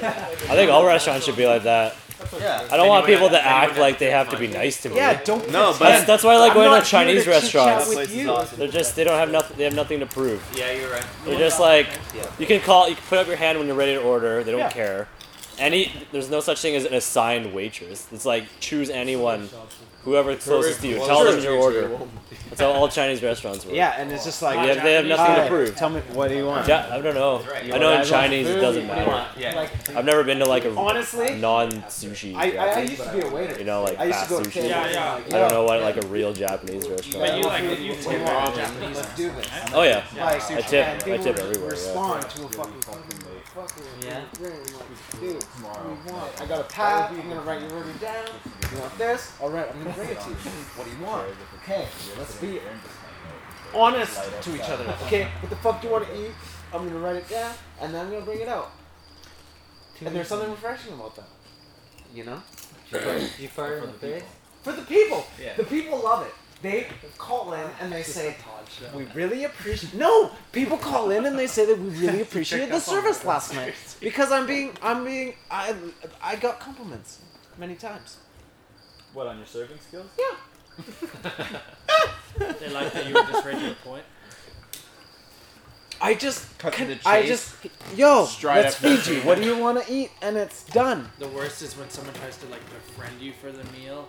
[SPEAKER 7] I think all restaurants should be like that.
[SPEAKER 3] Yeah.
[SPEAKER 7] I don't want people to act like they have to be nice to me.
[SPEAKER 8] Yeah, don't.
[SPEAKER 3] No,
[SPEAKER 7] That's,
[SPEAKER 3] but
[SPEAKER 7] that's why I like
[SPEAKER 8] I'm
[SPEAKER 7] going
[SPEAKER 8] not
[SPEAKER 7] to
[SPEAKER 8] here to
[SPEAKER 7] Chinese
[SPEAKER 8] chit-chat
[SPEAKER 7] restaurants.
[SPEAKER 8] with
[SPEAKER 6] Place is
[SPEAKER 8] you.
[SPEAKER 6] awesome.
[SPEAKER 7] They're just they don't have nothing. They have nothing to prove.
[SPEAKER 4] Yeah, you're right.
[SPEAKER 7] They're just like you can call. You can put up your hand when you're ready to order. They don't
[SPEAKER 8] Yeah.
[SPEAKER 7] care. Any there's no such thing as an assigned waitress. It's like choose anyone, whoever closest to you. Tell them your order. That's how all Chinese restaurants work.
[SPEAKER 8] Yeah, and it's just like,
[SPEAKER 7] They have, they have nothing
[SPEAKER 8] "Hi,
[SPEAKER 7] to prove.
[SPEAKER 8] Tell me, what do you want?
[SPEAKER 7] Yeah, I don't know.
[SPEAKER 4] right.
[SPEAKER 7] I know in
[SPEAKER 8] want
[SPEAKER 7] Chinese it
[SPEAKER 8] food?
[SPEAKER 7] doesn't
[SPEAKER 8] What do you
[SPEAKER 7] matter.
[SPEAKER 4] Yeah.
[SPEAKER 8] Like,
[SPEAKER 7] I've never been to like a
[SPEAKER 8] Honestly,
[SPEAKER 7] non sushi.
[SPEAKER 8] I, I, I used to be a waiter.
[SPEAKER 7] You know, like
[SPEAKER 8] I used to
[SPEAKER 7] fast
[SPEAKER 8] go to
[SPEAKER 7] sushi.
[SPEAKER 8] tables.
[SPEAKER 2] Yeah, yeah.
[SPEAKER 8] and be
[SPEAKER 7] I don't
[SPEAKER 8] "Yo,
[SPEAKER 7] know what like a real Japanese
[SPEAKER 2] But you
[SPEAKER 7] restaurant.
[SPEAKER 2] like if you take all Japanese.
[SPEAKER 8] Let's do this.
[SPEAKER 7] Oh yeah,
[SPEAKER 8] Like,
[SPEAKER 7] I tip.
[SPEAKER 8] and
[SPEAKER 7] I
[SPEAKER 8] people
[SPEAKER 7] tip
[SPEAKER 8] would
[SPEAKER 7] everywhere. Yeah.
[SPEAKER 8] Respond to a fucking fucking fucking
[SPEAKER 4] Yeah.
[SPEAKER 8] ring. Like, dude, what do you want? I got a pad. I'm gonna write your order down. You want this? All right, I'm gonna bring it to you. What do you want? Okay, let's be honest to each other. Okay, what the fuck do you want to eat? I'm gonna write it down, and then I'm gonna bring it out. And there's something refreshing about that. You know.
[SPEAKER 4] You fire in the face.
[SPEAKER 8] For the people.
[SPEAKER 4] Yeah.
[SPEAKER 8] The people love it. They call in and they
[SPEAKER 4] [LAUGHS]
[SPEAKER 8] say, "We really appreciate." No, people call in and they say
[SPEAKER 4] [LAUGHS]
[SPEAKER 8] that we really appreciate the service last night because I'm being, I'm being, I, I got compliments many times.
[SPEAKER 6] What on your serving skills?
[SPEAKER 8] Yeah.
[SPEAKER 2] They like that you were just right to the point.
[SPEAKER 8] I just,
[SPEAKER 4] Cut to
[SPEAKER 8] can-
[SPEAKER 4] the
[SPEAKER 8] I
[SPEAKER 4] chase.
[SPEAKER 8] just, yo,
[SPEAKER 4] Straight
[SPEAKER 8] let's
[SPEAKER 4] up the
[SPEAKER 8] feed you. What do you want to eat? And it's done.
[SPEAKER 2] The worst is when someone tries to like befriend you for the meal.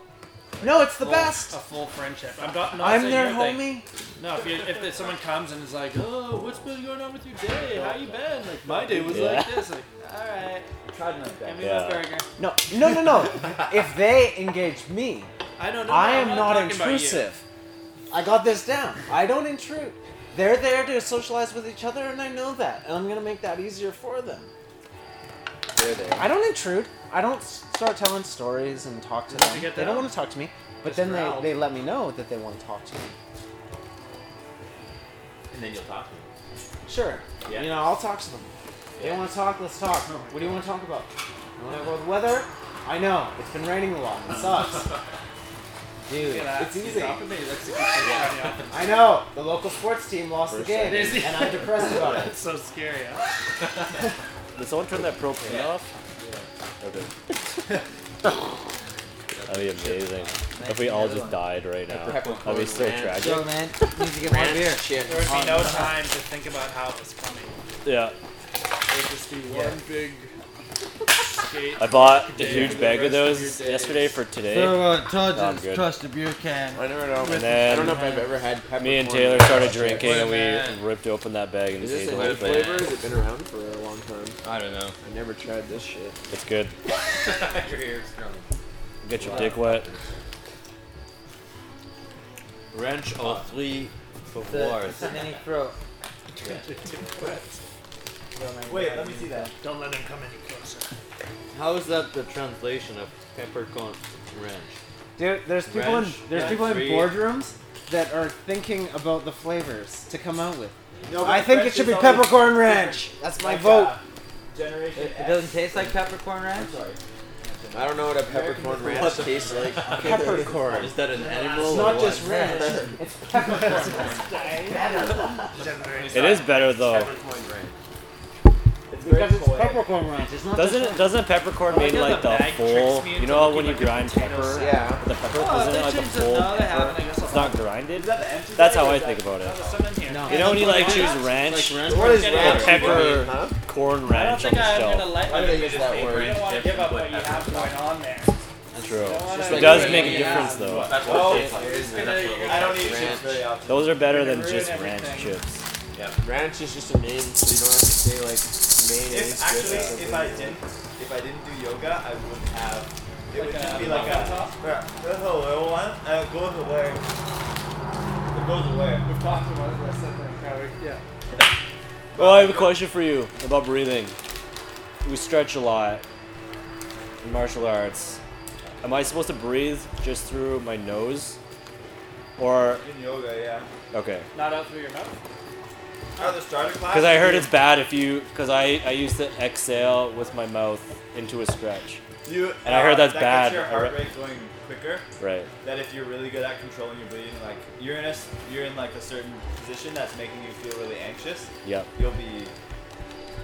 [SPEAKER 8] No, it's the
[SPEAKER 2] Full-
[SPEAKER 8] best.
[SPEAKER 2] A
[SPEAKER 4] oh,
[SPEAKER 2] full friendship. I'm not. not
[SPEAKER 8] I'm
[SPEAKER 2] saying
[SPEAKER 8] their
[SPEAKER 2] you're, like-
[SPEAKER 8] homie.
[SPEAKER 2] No, if, you, if there's someone comes and is like, "Oh, what's been going on with your day? How you been?" Like my day was
[SPEAKER 7] Yeah.
[SPEAKER 2] like this. Like, all right,
[SPEAKER 6] Tried my
[SPEAKER 2] give
[SPEAKER 6] best.
[SPEAKER 2] me
[SPEAKER 7] Yeah.
[SPEAKER 2] a burger.
[SPEAKER 8] No, no, no,
[SPEAKER 4] [LAUGHS]
[SPEAKER 8] no. if they engage me,
[SPEAKER 2] I don't know.
[SPEAKER 8] I
[SPEAKER 2] I'm
[SPEAKER 8] am not
[SPEAKER 2] talking about you.
[SPEAKER 8] intrusive. I got this down. I don't intrude. They're there to socialize with each other, and I know that. And I'm gonna make that easier for them.
[SPEAKER 4] They're there.
[SPEAKER 8] I don't intrude. I don't s- start telling stories and talk to them.
[SPEAKER 2] get
[SPEAKER 8] They don't
[SPEAKER 2] down.
[SPEAKER 8] want to talk to me, but
[SPEAKER 2] Just
[SPEAKER 8] then
[SPEAKER 2] growl.
[SPEAKER 8] they, they let me know that they want to talk to me.
[SPEAKER 1] And then you'll talk to
[SPEAKER 8] Sure.
[SPEAKER 1] Yeah.
[SPEAKER 8] You know, I'll talk to them. They
[SPEAKER 1] Yeah.
[SPEAKER 8] want to talk. Let's talk. What do you want to talk about? You want to go with weather? I know it's been raining a lot. It sucks.
[SPEAKER 2] [LAUGHS]
[SPEAKER 8] Dude,
[SPEAKER 2] Look at that.
[SPEAKER 8] it's
[SPEAKER 2] You
[SPEAKER 8] easy.
[SPEAKER 2] dropping me. That's a good thing.
[SPEAKER 8] I know the local sports team lost the game,
[SPEAKER 2] Is he-
[SPEAKER 8] and I'm depressed about it.
[SPEAKER 2] That's so scary. Huh?
[SPEAKER 7] Did someone turn that propane off? Okay. [LAUGHS] That'd be amazing. If we all just died right now, that'd be so tragic.
[SPEAKER 4] [LAUGHS] Yo, man, need to get more beer. Shit.
[SPEAKER 2] There would be no time to think about how it was coming.
[SPEAKER 7] Yeah.
[SPEAKER 2] It would just be one [LAUGHS] big skate.
[SPEAKER 7] I bought a
[SPEAKER 2] Yeah,
[SPEAKER 7] huge
[SPEAKER 2] for the
[SPEAKER 7] bag of
[SPEAKER 2] rest of
[SPEAKER 7] those
[SPEAKER 2] your days.
[SPEAKER 7] yesterday for today.
[SPEAKER 4] So, uh, Todd
[SPEAKER 7] No, I'm
[SPEAKER 4] just
[SPEAKER 7] good.
[SPEAKER 4] tossed a beer can.
[SPEAKER 3] I never know.
[SPEAKER 7] And
[SPEAKER 3] I don't know if
[SPEAKER 7] then
[SPEAKER 3] I've ever had peppercorn.
[SPEAKER 7] me and Taylor started drinking
[SPEAKER 4] Wait a
[SPEAKER 7] and we
[SPEAKER 4] minute.
[SPEAKER 7] ripped open that bag and
[SPEAKER 3] Is
[SPEAKER 7] just
[SPEAKER 3] this
[SPEAKER 7] ate the
[SPEAKER 3] a
[SPEAKER 7] whole
[SPEAKER 3] new
[SPEAKER 7] thing.
[SPEAKER 3] flavor? Has it been around for a long time?
[SPEAKER 1] I don't
[SPEAKER 6] [LAUGHS]
[SPEAKER 1] know.
[SPEAKER 3] I never tried this shit.
[SPEAKER 7] It's good.
[SPEAKER 1] Your ears drumming.
[SPEAKER 7] Get your dick wet.
[SPEAKER 1] Wrench all three
[SPEAKER 4] The, the mini throat.
[SPEAKER 6] Wait, let me see that.
[SPEAKER 2] Don't let him come any closer.
[SPEAKER 1] How is that the translation of peppercorn wrench?
[SPEAKER 8] Dude, there's people in
[SPEAKER 1] Wrench,
[SPEAKER 8] there's
[SPEAKER 1] yeah,
[SPEAKER 8] people in
[SPEAKER 1] three.
[SPEAKER 8] boardrooms that are thinking about the flavors to come out with.
[SPEAKER 6] No,
[SPEAKER 8] I think it should be peppercorn ranch. That's my
[SPEAKER 6] Like
[SPEAKER 8] vote.
[SPEAKER 6] that. Generation.
[SPEAKER 4] It, it doesn't taste like peppercorn ranch.
[SPEAKER 6] Sorry.
[SPEAKER 3] I don't know what a peppercorn ranch tastes like.
[SPEAKER 8] Peppercorn.
[SPEAKER 1] Is that an animal?
[SPEAKER 8] It's
[SPEAKER 1] or
[SPEAKER 8] not
[SPEAKER 1] what?
[SPEAKER 8] just ranch. It's peppercorn.
[SPEAKER 7] It is better though.
[SPEAKER 6] It's very
[SPEAKER 8] because it's
[SPEAKER 6] poetic.
[SPEAKER 8] peppercorn ranch. It's not
[SPEAKER 7] Doesn't
[SPEAKER 8] just
[SPEAKER 7] it? Doesn't peppercorn mean
[SPEAKER 2] yeah,
[SPEAKER 7] like
[SPEAKER 2] the
[SPEAKER 7] the
[SPEAKER 2] bag
[SPEAKER 7] full?
[SPEAKER 2] tricks me
[SPEAKER 7] You
[SPEAKER 2] into
[SPEAKER 7] know
[SPEAKER 2] looking
[SPEAKER 7] when you
[SPEAKER 2] like a
[SPEAKER 7] grind
[SPEAKER 2] potato
[SPEAKER 7] pepper,
[SPEAKER 2] salad.
[SPEAKER 4] Yeah.
[SPEAKER 7] the pepper
[SPEAKER 2] Oh,
[SPEAKER 7] isn't
[SPEAKER 2] they
[SPEAKER 7] it like the
[SPEAKER 2] changed the
[SPEAKER 7] full
[SPEAKER 2] now they have
[SPEAKER 7] pepper?
[SPEAKER 2] it, I guess I'll-
[SPEAKER 7] It's not grinded.
[SPEAKER 6] Is that the empty
[SPEAKER 7] That's
[SPEAKER 6] bag
[SPEAKER 7] how
[SPEAKER 6] or
[SPEAKER 7] I
[SPEAKER 6] is
[SPEAKER 7] think
[SPEAKER 6] that-
[SPEAKER 7] about
[SPEAKER 2] Oh,
[SPEAKER 7] it.
[SPEAKER 2] there's some in here.
[SPEAKER 8] No.
[SPEAKER 7] You know when you like
[SPEAKER 2] Yeah.
[SPEAKER 7] choose ranch,
[SPEAKER 6] What is
[SPEAKER 2] Yeah.
[SPEAKER 6] ranch?
[SPEAKER 7] pepper, corn
[SPEAKER 2] I don't
[SPEAKER 7] ranch on
[SPEAKER 2] think
[SPEAKER 7] the
[SPEAKER 2] I'm gonna
[SPEAKER 7] shelf.
[SPEAKER 2] like.
[SPEAKER 4] I don't use that
[SPEAKER 2] You
[SPEAKER 4] word.
[SPEAKER 2] don't want to give up what you have going on there.
[SPEAKER 7] True.
[SPEAKER 2] It's
[SPEAKER 7] It
[SPEAKER 2] like-
[SPEAKER 7] does make a
[SPEAKER 4] Yeah.
[SPEAKER 7] difference though.
[SPEAKER 1] That's what
[SPEAKER 6] Oh,
[SPEAKER 1] it tastes like.
[SPEAKER 2] It's gonna- you're
[SPEAKER 6] I don't
[SPEAKER 2] gonna-
[SPEAKER 6] eat chips
[SPEAKER 3] Ranch.
[SPEAKER 6] very often.
[SPEAKER 7] Those are better than
[SPEAKER 2] Ruin
[SPEAKER 7] just ranch
[SPEAKER 2] everything.
[SPEAKER 7] chips.
[SPEAKER 3] Ranch is just a name, so you don't have to say like mayonnaise.
[SPEAKER 6] If actually,
[SPEAKER 3] with it.
[SPEAKER 6] if I didn't, if I didn't do yoga, I would have. It would
[SPEAKER 2] Like
[SPEAKER 6] just
[SPEAKER 2] a
[SPEAKER 6] be like a.
[SPEAKER 2] muffin top?
[SPEAKER 6] Bruh, the hello one. Uh, goes away. It goes away.
[SPEAKER 2] We've talked about it. That's the thing. how we- Yeah.
[SPEAKER 7] Well, Oh, I have a question for you about breathing. We stretch a lot in martial arts. Am I supposed to breathe just through my nose, or
[SPEAKER 6] In yoga, yeah.
[SPEAKER 7] okay?
[SPEAKER 2] Not out through your mouth.
[SPEAKER 5] Oh, the starter class?
[SPEAKER 7] Because I heard it's bad if you. Because I, I used to exhale with my mouth into a stretch.
[SPEAKER 5] You, uh,
[SPEAKER 7] and I heard that's
[SPEAKER 5] that
[SPEAKER 7] bad.
[SPEAKER 5] Gets your
[SPEAKER 7] I
[SPEAKER 5] heart
[SPEAKER 7] re-
[SPEAKER 5] rate going quicker.
[SPEAKER 7] Right.
[SPEAKER 5] That if you're really good at controlling your breathing, like you're in a s- you're in like a certain position that's making you feel really anxious,
[SPEAKER 7] Yep.
[SPEAKER 5] you'll be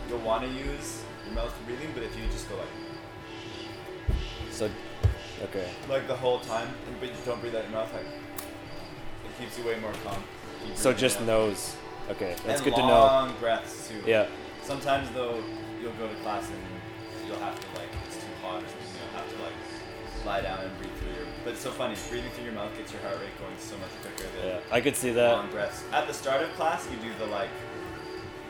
[SPEAKER 5] you'll want to use your mouth for breathing. But if you just go like
[SPEAKER 7] So. Okay.
[SPEAKER 5] like the whole time, but you don't breathe out your mouth, like it keeps you way more calm. Keep
[SPEAKER 7] So
[SPEAKER 5] breathing
[SPEAKER 7] just
[SPEAKER 5] out.
[SPEAKER 7] nose. Okay. That's
[SPEAKER 5] and
[SPEAKER 7] good to know.
[SPEAKER 5] long breaths too.
[SPEAKER 7] Yeah.
[SPEAKER 5] Sometimes though, you'll go to class and you'll have to like it's too hot or something. You'll have to like lie down and breathe through your. But it's so funny. Breathing through your mouth gets your heart rate going so much quicker
[SPEAKER 7] Yeah.
[SPEAKER 5] than
[SPEAKER 7] I could see that.
[SPEAKER 5] long breaths. At the start of class, you do the like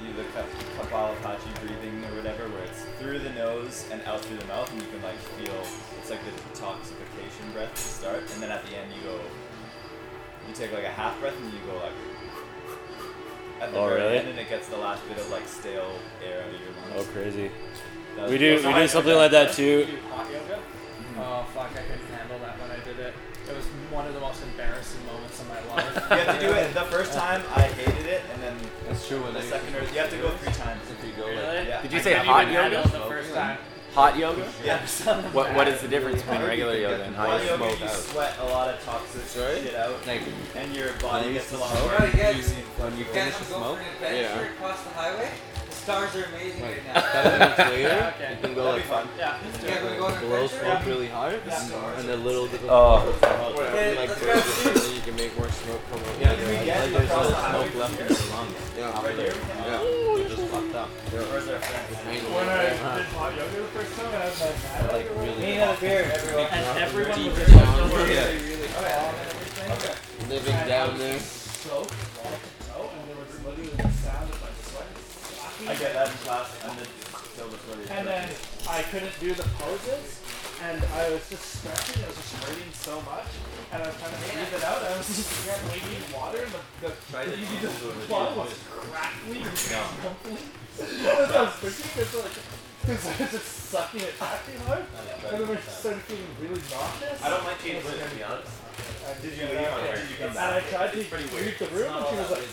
[SPEAKER 5] you do the Kap- Kapalapachi breathing or whatever, where it's through the nose and out through the mouth, and you can like feel it's like the detoxification breath to start, and then at the end you go. You take like a half breath and you go like. At the
[SPEAKER 7] Oh,
[SPEAKER 5] very
[SPEAKER 7] really?
[SPEAKER 5] end, and it gets the last bit of like stale air out of your
[SPEAKER 7] Oh,
[SPEAKER 5] lungs.
[SPEAKER 7] crazy.
[SPEAKER 5] That
[SPEAKER 7] We
[SPEAKER 5] was-
[SPEAKER 7] do we do something like that too.
[SPEAKER 2] Hot yoga? Oh fuck! I couldn't handle that when I did it. It was one of the most embarrassing moments of my life.
[SPEAKER 10] [LAUGHS]
[SPEAKER 5] You have to do it the first time. I hated it, and then
[SPEAKER 3] That's true. When
[SPEAKER 5] the
[SPEAKER 3] they-
[SPEAKER 5] second or you have to go three times.
[SPEAKER 3] If you go
[SPEAKER 2] Really?
[SPEAKER 3] like
[SPEAKER 5] Yeah.
[SPEAKER 10] Did you
[SPEAKER 2] I
[SPEAKER 10] say
[SPEAKER 2] couldn't
[SPEAKER 10] hot
[SPEAKER 2] even
[SPEAKER 10] yoga?
[SPEAKER 2] handle the first time.
[SPEAKER 10] Hot yoga?
[SPEAKER 5] Yeah.
[SPEAKER 10] What What is the difference between regular yoga and hot
[SPEAKER 5] Hot
[SPEAKER 10] yoga?
[SPEAKER 5] yoga, you sweat a lot of toxic
[SPEAKER 3] Right?
[SPEAKER 5] shit out,
[SPEAKER 3] Like,
[SPEAKER 5] and your body gets a lot more
[SPEAKER 4] Alright, yeah.
[SPEAKER 5] juicy.
[SPEAKER 3] when you
[SPEAKER 4] You
[SPEAKER 3] finish
[SPEAKER 4] guys
[SPEAKER 3] the
[SPEAKER 4] can go
[SPEAKER 3] smoke,
[SPEAKER 4] for an adventure
[SPEAKER 3] Yeah.
[SPEAKER 4] across the highway. The stars are amazing
[SPEAKER 3] like
[SPEAKER 4] right now.
[SPEAKER 3] seven minutes
[SPEAKER 2] Yeah,
[SPEAKER 3] later,
[SPEAKER 2] okay.
[SPEAKER 3] you can go
[SPEAKER 5] That'd be
[SPEAKER 3] like
[SPEAKER 5] fun.
[SPEAKER 2] Yeah.
[SPEAKER 4] You guys wanna go on an
[SPEAKER 3] blow
[SPEAKER 4] adventure?
[SPEAKER 3] smoke really hard, and a little bit of
[SPEAKER 7] Oh.
[SPEAKER 3] smoke,
[SPEAKER 4] Yeah,
[SPEAKER 3] like
[SPEAKER 4] let's
[SPEAKER 3] burns
[SPEAKER 4] go.
[SPEAKER 3] it, and then you can make more smoke come out.
[SPEAKER 5] Yeah, if we get
[SPEAKER 3] there's
[SPEAKER 5] across
[SPEAKER 3] no
[SPEAKER 5] the
[SPEAKER 3] smoke
[SPEAKER 5] highway from
[SPEAKER 3] left in
[SPEAKER 5] here.
[SPEAKER 3] your lungs. Yeah,
[SPEAKER 5] Right here.
[SPEAKER 3] Yeah, it's just fucked up.
[SPEAKER 5] Where's our friend?
[SPEAKER 3] It's mainly-
[SPEAKER 2] When I did
[SPEAKER 3] Uh-huh.
[SPEAKER 2] hot yoga the first time, I had my
[SPEAKER 3] But, like really
[SPEAKER 4] a beer, everyone.
[SPEAKER 2] And everyone
[SPEAKER 3] Deep
[SPEAKER 2] was just
[SPEAKER 3] down.
[SPEAKER 2] over
[SPEAKER 3] Yeah.
[SPEAKER 2] really, really calm and everything.
[SPEAKER 3] living down there.
[SPEAKER 2] soaked, wet, out, and there was literally the sound of my sweat
[SPEAKER 5] I
[SPEAKER 2] splashing.
[SPEAKER 5] get that in class, and then kill the footage.
[SPEAKER 2] And then I couldn't do the poses, and I was just stretching. I was just hurting so much, and I was trying to breathe it out. I was just drinking water, and the, [LAUGHS] the, the blood was crackling and [LAUGHS] crumbling. As I was drinking, it's like. [LAUGHS] Because I was just sucking it back in hard, and then I started feeling really nauseous.
[SPEAKER 5] I don't like Kate Blue, to be honest.
[SPEAKER 2] And
[SPEAKER 5] Did you leave on her? Did you come
[SPEAKER 2] And
[SPEAKER 5] back?
[SPEAKER 2] I tried to leave the room, and she was like,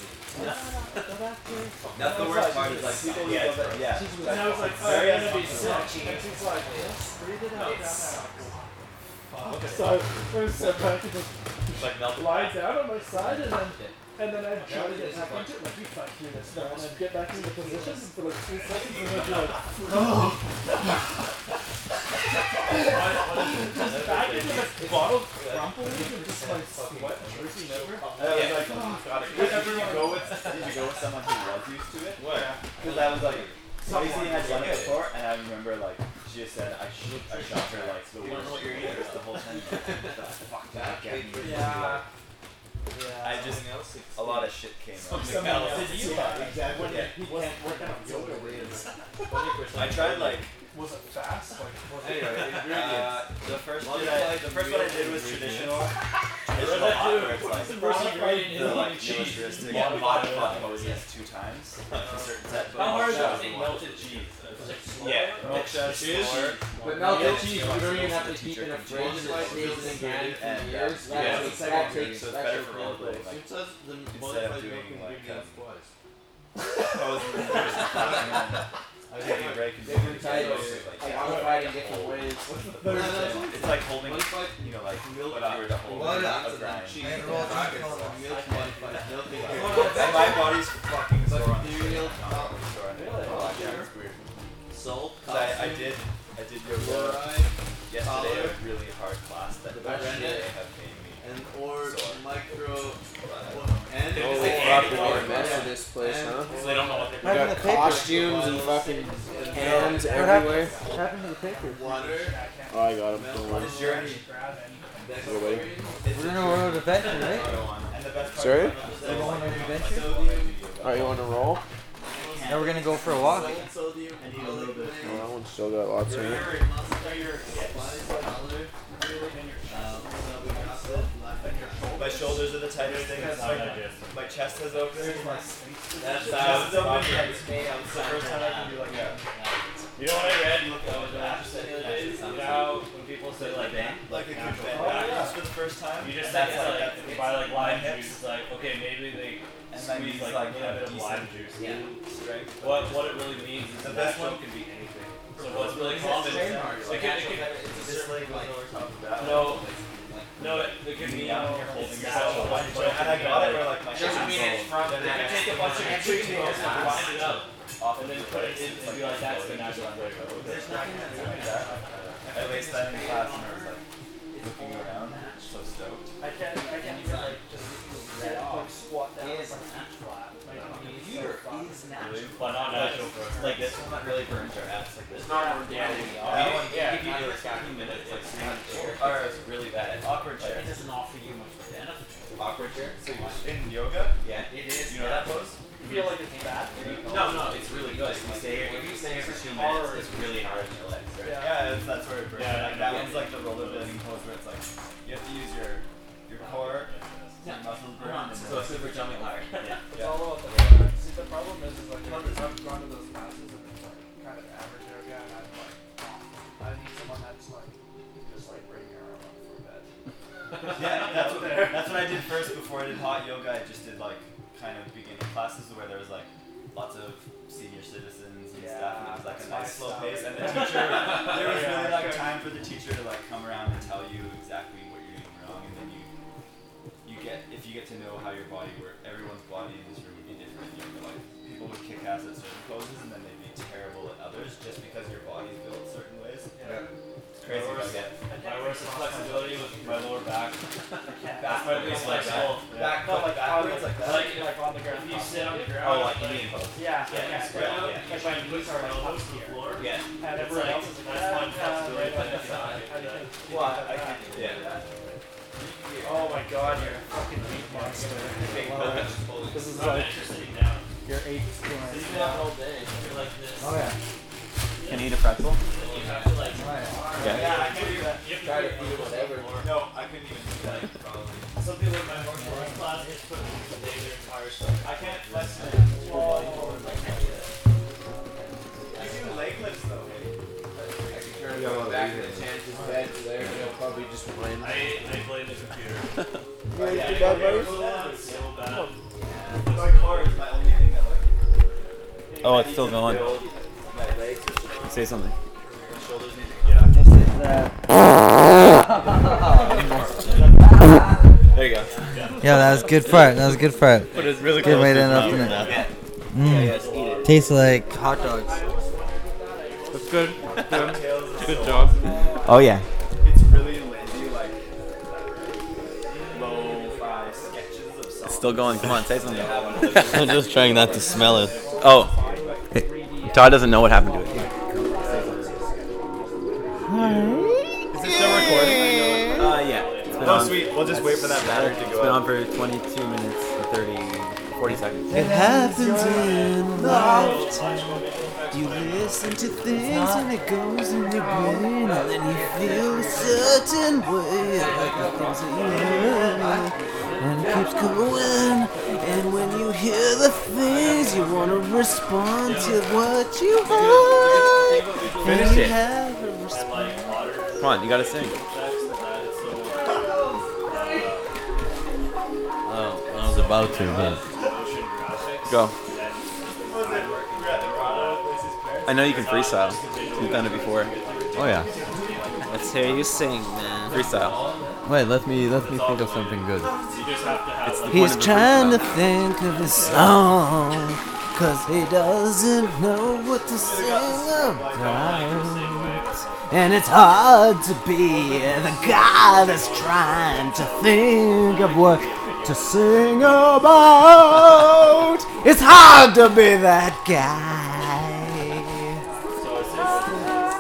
[SPEAKER 5] That's the worst part. Is like people yeah, love it. Yeah.
[SPEAKER 2] And I was like, oh, I'm
[SPEAKER 5] Very
[SPEAKER 2] gonna be sick.
[SPEAKER 5] uncomfortable.
[SPEAKER 2] And she's like, breathe it out. Fuck. So I was so I could just
[SPEAKER 5] It's like melted.
[SPEAKER 2] lie down on my side and then and then I'd try to get back into it. Like, you fuck you this now. And I'd get back into position for like two seconds and I'd be [LAUGHS] like, just back into this bottle crumpling and just like sweat dripping over.
[SPEAKER 5] And I was like, oh, God, did, you go with, did you go with someone who was used to it? What? Because I was like, Tracy had done it before, and I remember like she just said I should I shot her like the worst ears the whole [LAUGHS] time. Like, what the fuck that again?
[SPEAKER 2] Yeah.
[SPEAKER 5] I just a lot of shit came up.
[SPEAKER 2] Did you like
[SPEAKER 5] Exactly.
[SPEAKER 2] when
[SPEAKER 5] Yeah.
[SPEAKER 2] you can't work out yoga weights?
[SPEAKER 5] I tried like
[SPEAKER 2] Was it fast? Like, was it-
[SPEAKER 3] [LAUGHS]
[SPEAKER 5] uh, the first one I, the first one I did was traditional. Traditional hot where it's like the like militaristic hot poses two [LAUGHS] times a certain set. How hard is it? Melted cheese. Yeah, melted cheese.
[SPEAKER 4] But
[SPEAKER 5] now
[SPEAKER 4] now
[SPEAKER 5] that
[SPEAKER 4] the
[SPEAKER 5] cheese,
[SPEAKER 4] cheese,
[SPEAKER 5] you
[SPEAKER 4] you
[SPEAKER 5] don't
[SPEAKER 4] don't
[SPEAKER 5] even
[SPEAKER 4] have to keep in a fridge and it stays in
[SPEAKER 3] ingredient
[SPEAKER 5] for And, uh, years.
[SPEAKER 4] years.
[SPEAKER 5] yeah, That's- it's
[SPEAKER 4] That's
[SPEAKER 5] that
[SPEAKER 4] that
[SPEAKER 5] better takes- for
[SPEAKER 4] takes.
[SPEAKER 5] that's your all the- like,
[SPEAKER 3] It says the
[SPEAKER 5] of
[SPEAKER 3] modified
[SPEAKER 5] doing,
[SPEAKER 3] milk
[SPEAKER 5] like,
[SPEAKER 3] ingredients
[SPEAKER 5] um,
[SPEAKER 3] twice.
[SPEAKER 5] I was [LAUGHS] I was taking a break and doing it.
[SPEAKER 4] Different
[SPEAKER 5] Like, yeah.
[SPEAKER 4] Modified in different ways.
[SPEAKER 5] It's like holding, you know, like
[SPEAKER 3] Milk
[SPEAKER 5] what if you were to hold
[SPEAKER 4] Well,
[SPEAKER 5] a
[SPEAKER 4] that's
[SPEAKER 5] grind.
[SPEAKER 3] cheese.
[SPEAKER 4] Man, we're all talking about
[SPEAKER 3] Milk modified milk ingredients.
[SPEAKER 5] And my body's fucking sore on this shit.
[SPEAKER 3] cereal.
[SPEAKER 5] I'm not really sore on it. Oh, yeah, it's weird.
[SPEAKER 3] Salt,
[SPEAKER 5] 'Cause I, I did, I did yoga
[SPEAKER 3] fluoride,
[SPEAKER 5] yesterday, a really hard class that
[SPEAKER 3] The
[SPEAKER 5] that
[SPEAKER 3] best
[SPEAKER 5] shit
[SPEAKER 3] shit.
[SPEAKER 5] have made
[SPEAKER 3] and or
[SPEAKER 5] Salt.
[SPEAKER 3] micro
[SPEAKER 5] me.
[SPEAKER 3] and
[SPEAKER 10] Oh,
[SPEAKER 3] and-
[SPEAKER 10] proper mess of this place, huh?
[SPEAKER 5] They don't know what
[SPEAKER 4] What happened to the paper?
[SPEAKER 10] Costumes and fucking
[SPEAKER 3] and
[SPEAKER 10] hands
[SPEAKER 4] What
[SPEAKER 10] everywhere.
[SPEAKER 4] What happened to the paper?
[SPEAKER 3] water.
[SPEAKER 7] Oh, I got him. Don't worry.
[SPEAKER 5] Is your any?
[SPEAKER 4] We're in a world of adventure, right?
[SPEAKER 5] And the best part.
[SPEAKER 10] Sorry?
[SPEAKER 4] We're going on an adventure.
[SPEAKER 10] Alright, you want to roll?
[SPEAKER 4] Now we're gonna go for a walk.
[SPEAKER 3] Sodium,
[SPEAKER 10] Oh, that one's still got lots in it.
[SPEAKER 5] My shoulders are the tightest thing. It's like, my chest has opened. That's
[SPEAKER 3] uh,
[SPEAKER 5] chest is open. It's the first time I can do like that.
[SPEAKER 2] You know what I read? Look at what I said the other day. You know when people say like that,
[SPEAKER 5] Like a good bend
[SPEAKER 2] Oh,
[SPEAKER 5] back
[SPEAKER 2] yeah.
[SPEAKER 5] for the first time.
[SPEAKER 2] you just
[SPEAKER 5] and
[SPEAKER 2] think it's
[SPEAKER 5] that's like,
[SPEAKER 2] like
[SPEAKER 5] that's
[SPEAKER 2] by
[SPEAKER 5] my
[SPEAKER 2] like lime
[SPEAKER 5] hips.
[SPEAKER 2] juice, like okay maybe they
[SPEAKER 5] And squeeze like,
[SPEAKER 7] like,
[SPEAKER 5] a
[SPEAKER 7] a bit of lime
[SPEAKER 5] decent
[SPEAKER 7] juice.
[SPEAKER 11] Yeah.
[SPEAKER 5] strength.
[SPEAKER 7] What what it really means is
[SPEAKER 5] The
[SPEAKER 7] that
[SPEAKER 5] best
[SPEAKER 7] that joke
[SPEAKER 5] one-
[SPEAKER 7] can be anything. So what's really common is that
[SPEAKER 11] trademark,
[SPEAKER 7] it
[SPEAKER 11] like
[SPEAKER 7] can, it
[SPEAKER 11] actual
[SPEAKER 7] can,
[SPEAKER 11] It's a
[SPEAKER 5] This
[SPEAKER 11] certain,
[SPEAKER 5] like
[SPEAKER 11] like,
[SPEAKER 7] no, no, it, it can mean
[SPEAKER 5] Yeah.
[SPEAKER 7] you're holding
[SPEAKER 5] Yeah.
[SPEAKER 7] yourself up, but it
[SPEAKER 5] Oh, And I
[SPEAKER 7] can
[SPEAKER 5] got it
[SPEAKER 7] mean
[SPEAKER 5] where
[SPEAKER 7] like
[SPEAKER 5] like my
[SPEAKER 11] doesn't mean it's from
[SPEAKER 7] you
[SPEAKER 11] that.
[SPEAKER 7] can take a bunch of
[SPEAKER 11] Every
[SPEAKER 7] chicken
[SPEAKER 11] meal
[SPEAKER 7] and
[SPEAKER 11] is not-
[SPEAKER 7] grind it up,
[SPEAKER 5] off
[SPEAKER 7] and
[SPEAKER 5] of
[SPEAKER 7] then
[SPEAKER 5] the
[SPEAKER 7] put it in
[SPEAKER 5] place. It's
[SPEAKER 7] and be
[SPEAKER 5] like
[SPEAKER 7] like, that's the
[SPEAKER 5] just
[SPEAKER 7] natural flavor.
[SPEAKER 11] There's nothing that's gonna be that.
[SPEAKER 5] I laced that in class and I was like looking around, so stoked.
[SPEAKER 7] I can't, I can't even like just sit up, like squat down.
[SPEAKER 11] Is Computer is natural.
[SPEAKER 7] But not natural for us.
[SPEAKER 5] Like this one that really burns your ass. Like this.
[SPEAKER 11] It's not organic.
[SPEAKER 5] That one,
[SPEAKER 11] Yeah,
[SPEAKER 5] if you
[SPEAKER 11] neither
[SPEAKER 5] do like
[SPEAKER 11] is natural.
[SPEAKER 5] 15 minutes, like
[SPEAKER 11] It's not
[SPEAKER 5] screaming.
[SPEAKER 11] chair.
[SPEAKER 5] Or it's really bad. It's awkward chair.
[SPEAKER 11] It doesn't offer you much of a benefit.
[SPEAKER 5] awkward chair. So you- in yoga,
[SPEAKER 11] Yeah, it is.
[SPEAKER 5] you know that pose?
[SPEAKER 7] feel like it's bad.
[SPEAKER 11] No, no, it's really good.
[SPEAKER 5] You stay here, if you stay here for two minutes,
[SPEAKER 11] hard.
[SPEAKER 5] it's really hard on your legs, right?
[SPEAKER 7] Yeah.
[SPEAKER 5] Yeah, it's, that's where it burns.
[SPEAKER 7] Yeah,
[SPEAKER 5] like,
[SPEAKER 7] yeah,
[SPEAKER 5] that
[SPEAKER 7] yeah.
[SPEAKER 5] one's like the rollerblading pose where it's like, you have to use your, your core, your
[SPEAKER 11] Yeah.
[SPEAKER 5] muscles burn,
[SPEAKER 11] on,
[SPEAKER 5] and
[SPEAKER 11] so
[SPEAKER 5] then-
[SPEAKER 11] it's super jumping hard.
[SPEAKER 5] Yeah.
[SPEAKER 7] It's
[SPEAKER 5] yeah.
[SPEAKER 7] all about the See, the problem is, is like, I've, I've gone to those classes and it's like kind of average yoga, and I'm like, I need someone that's like, just like bring your arm up for bed.
[SPEAKER 5] Yeah, that's what, that's what I did first before I did hot yoga. I just did like kind of beginning classes where there was like lots of senior citizens and stuff, and it was like
[SPEAKER 7] Yeah,
[SPEAKER 5] a nice
[SPEAKER 7] that's
[SPEAKER 5] slow
[SPEAKER 7] my
[SPEAKER 5] pace.
[SPEAKER 7] style.
[SPEAKER 5] And the teacher, there was
[SPEAKER 7] Yeah,
[SPEAKER 5] really like
[SPEAKER 7] sure.
[SPEAKER 5] time for the teacher to like come around and tell you exactly what you're doing wrong, and then you you get if you get to know how your body works. Everyone's body in this room would be different. You know, like people would kick ass at certain poses, and then they'd be terrible at others just because your body's built certain ways.
[SPEAKER 7] Yeah.
[SPEAKER 5] It's crazy.
[SPEAKER 7] Or-
[SPEAKER 5] yeah.
[SPEAKER 7] My worst is flexibility with my lower back.
[SPEAKER 5] Back
[SPEAKER 7] That's my least flexible.
[SPEAKER 5] Back foot like backwards like that.
[SPEAKER 7] Like, like on the ground. You sit on the ground.
[SPEAKER 5] oh, like
[SPEAKER 7] like,
[SPEAKER 5] Indian pose.
[SPEAKER 7] yeah,
[SPEAKER 5] yeah,
[SPEAKER 7] yeah,
[SPEAKER 5] yeah,
[SPEAKER 7] yeah.
[SPEAKER 5] yeah.
[SPEAKER 7] Like my knees are like up here.
[SPEAKER 5] Yeah.
[SPEAKER 7] And everyone
[SPEAKER 5] like-
[SPEAKER 7] else is like,
[SPEAKER 5] that's
[SPEAKER 7] "Ah,
[SPEAKER 5] one
[SPEAKER 7] yeah,
[SPEAKER 5] flexibility,
[SPEAKER 7] right,
[SPEAKER 5] but
[SPEAKER 7] right,
[SPEAKER 5] that's not
[SPEAKER 7] right,
[SPEAKER 5] it,
[SPEAKER 7] right,
[SPEAKER 5] yeah.
[SPEAKER 7] right."
[SPEAKER 5] Well, I can
[SPEAKER 7] Yeah.
[SPEAKER 5] Yeah.
[SPEAKER 7] Oh my god, you're a fucking meat monster.
[SPEAKER 12] This is
[SPEAKER 7] I'm
[SPEAKER 12] like
[SPEAKER 7] actually down.
[SPEAKER 12] your eighth class.
[SPEAKER 8] Oh yeah.
[SPEAKER 5] Can you eat a pretzel?
[SPEAKER 8] Oh yeah.
[SPEAKER 5] Yeah.
[SPEAKER 7] I can do that.
[SPEAKER 2] Try to do whatever.
[SPEAKER 5] No, I couldn't even do that. Probably.
[SPEAKER 7] Some people in my martial class just put their entire stuff. I can't flex my
[SPEAKER 5] You do leg lifts though.
[SPEAKER 2] I can turn it on back and the chances that there they'll probably just win.
[SPEAKER 7] I, I blame the computer.
[SPEAKER 2] You ain't
[SPEAKER 7] I
[SPEAKER 2] do
[SPEAKER 7] got
[SPEAKER 2] that,
[SPEAKER 7] it
[SPEAKER 2] Bruce?
[SPEAKER 7] so bad, so bad.
[SPEAKER 5] My core is my only thing that like.
[SPEAKER 3] Oh, it's still going.
[SPEAKER 5] My legs are strong.
[SPEAKER 3] Say something.
[SPEAKER 5] My shoulders need to get up.
[SPEAKER 8] This is uh.
[SPEAKER 3] There you go.
[SPEAKER 8] Yeah, that was good fart. That was good fart.
[SPEAKER 3] But it's really
[SPEAKER 8] Good way to end up in it.
[SPEAKER 5] Yeah.
[SPEAKER 8] Mm. Tastes like hot dogs.
[SPEAKER 2] That's good. Good, good job.
[SPEAKER 3] Oh yeah.
[SPEAKER 8] [LAUGHS]
[SPEAKER 5] It's really lazy, like lo-fi sketches of songs.
[SPEAKER 3] Still going. Come on, say something.
[SPEAKER 5] Haven't
[SPEAKER 3] I'm just trying not to smell it. Oh. Todd doesn't know what happened to it.
[SPEAKER 5] Is it still recording?
[SPEAKER 3] Uh, yeah. It's been
[SPEAKER 5] Oh
[SPEAKER 3] on-
[SPEAKER 5] sweet, we'll just wait for that battery to
[SPEAKER 3] It's
[SPEAKER 5] go
[SPEAKER 3] been
[SPEAKER 5] up.
[SPEAKER 3] on for 22 minutes and 30, 40 seconds.
[SPEAKER 8] It happens in life.
[SPEAKER 3] You listen to things and it goes in your brain, and then you feel a certain way about the things that you heard. And it keeps going, and when you hear the things, you want to respond to what you heard. Finish it. Come on, you gotta sing. Oh, I was about to, but. Go. I know you can freestyle. You've done it before.
[SPEAKER 8] Oh yeah.
[SPEAKER 3] Let's hear you sing, man. Freestyle.
[SPEAKER 8] Wait, let me let me think of something good.
[SPEAKER 3] He's trying to.
[SPEAKER 8] think of a song Cause he doesn't know what to sing about And it's hard to be the guy that's trying to think of what to sing about It's hard to be that guy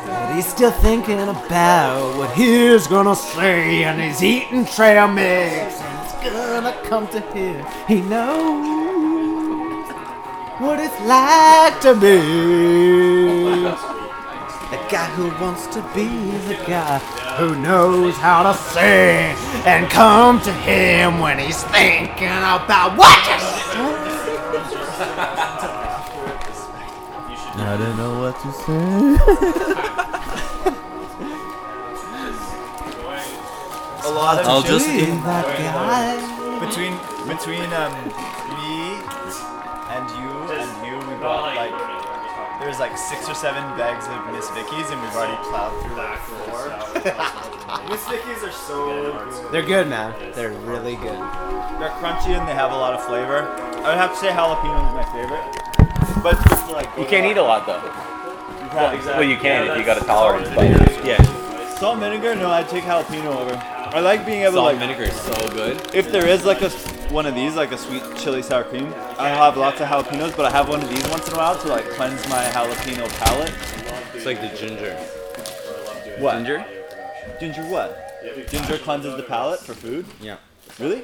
[SPEAKER 8] but he's still thinking about what he's gonna say, and he's eating trail mix, and it's gonna come to him. He knows what it's like to be the guy who wants to be the guy who knows how to sing, and come to him when he's thinking about what to say. I don't know what to say.
[SPEAKER 5] A lot of
[SPEAKER 3] I'll just
[SPEAKER 8] Be that guy.
[SPEAKER 5] between between um me, there's like six or seven bags of Miss Vickies, and we've already plowed through like four. [LAUGHS] Miss Vickies are so good.
[SPEAKER 8] They're good, man. They're really good.
[SPEAKER 5] They're crunchy and they have a lot of flavor. I would have to say jalapeno is my favorite, but just to, like
[SPEAKER 7] You can't eat a lot though.
[SPEAKER 5] Yeah, exactly.
[SPEAKER 7] Well, you can if you got a tolerance,
[SPEAKER 5] Salt
[SPEAKER 7] but
[SPEAKER 5] and vinegar.
[SPEAKER 7] yeah,
[SPEAKER 5] Salt and vinegar? No, I'd take jalapeno over. I like being able
[SPEAKER 7] salt
[SPEAKER 5] to
[SPEAKER 7] and
[SPEAKER 5] like
[SPEAKER 7] vinegar is so good.
[SPEAKER 5] If there is like a one of these, like a sweet chili sour cream, I have lots of jalapenos, but I have one of these once in a while to like cleanse my jalapeno palate.
[SPEAKER 7] It's like the ginger.
[SPEAKER 5] What?
[SPEAKER 7] Ginger?
[SPEAKER 5] Ginger what? Ginger cleanses the palate for food.
[SPEAKER 3] Yeah.
[SPEAKER 5] Really?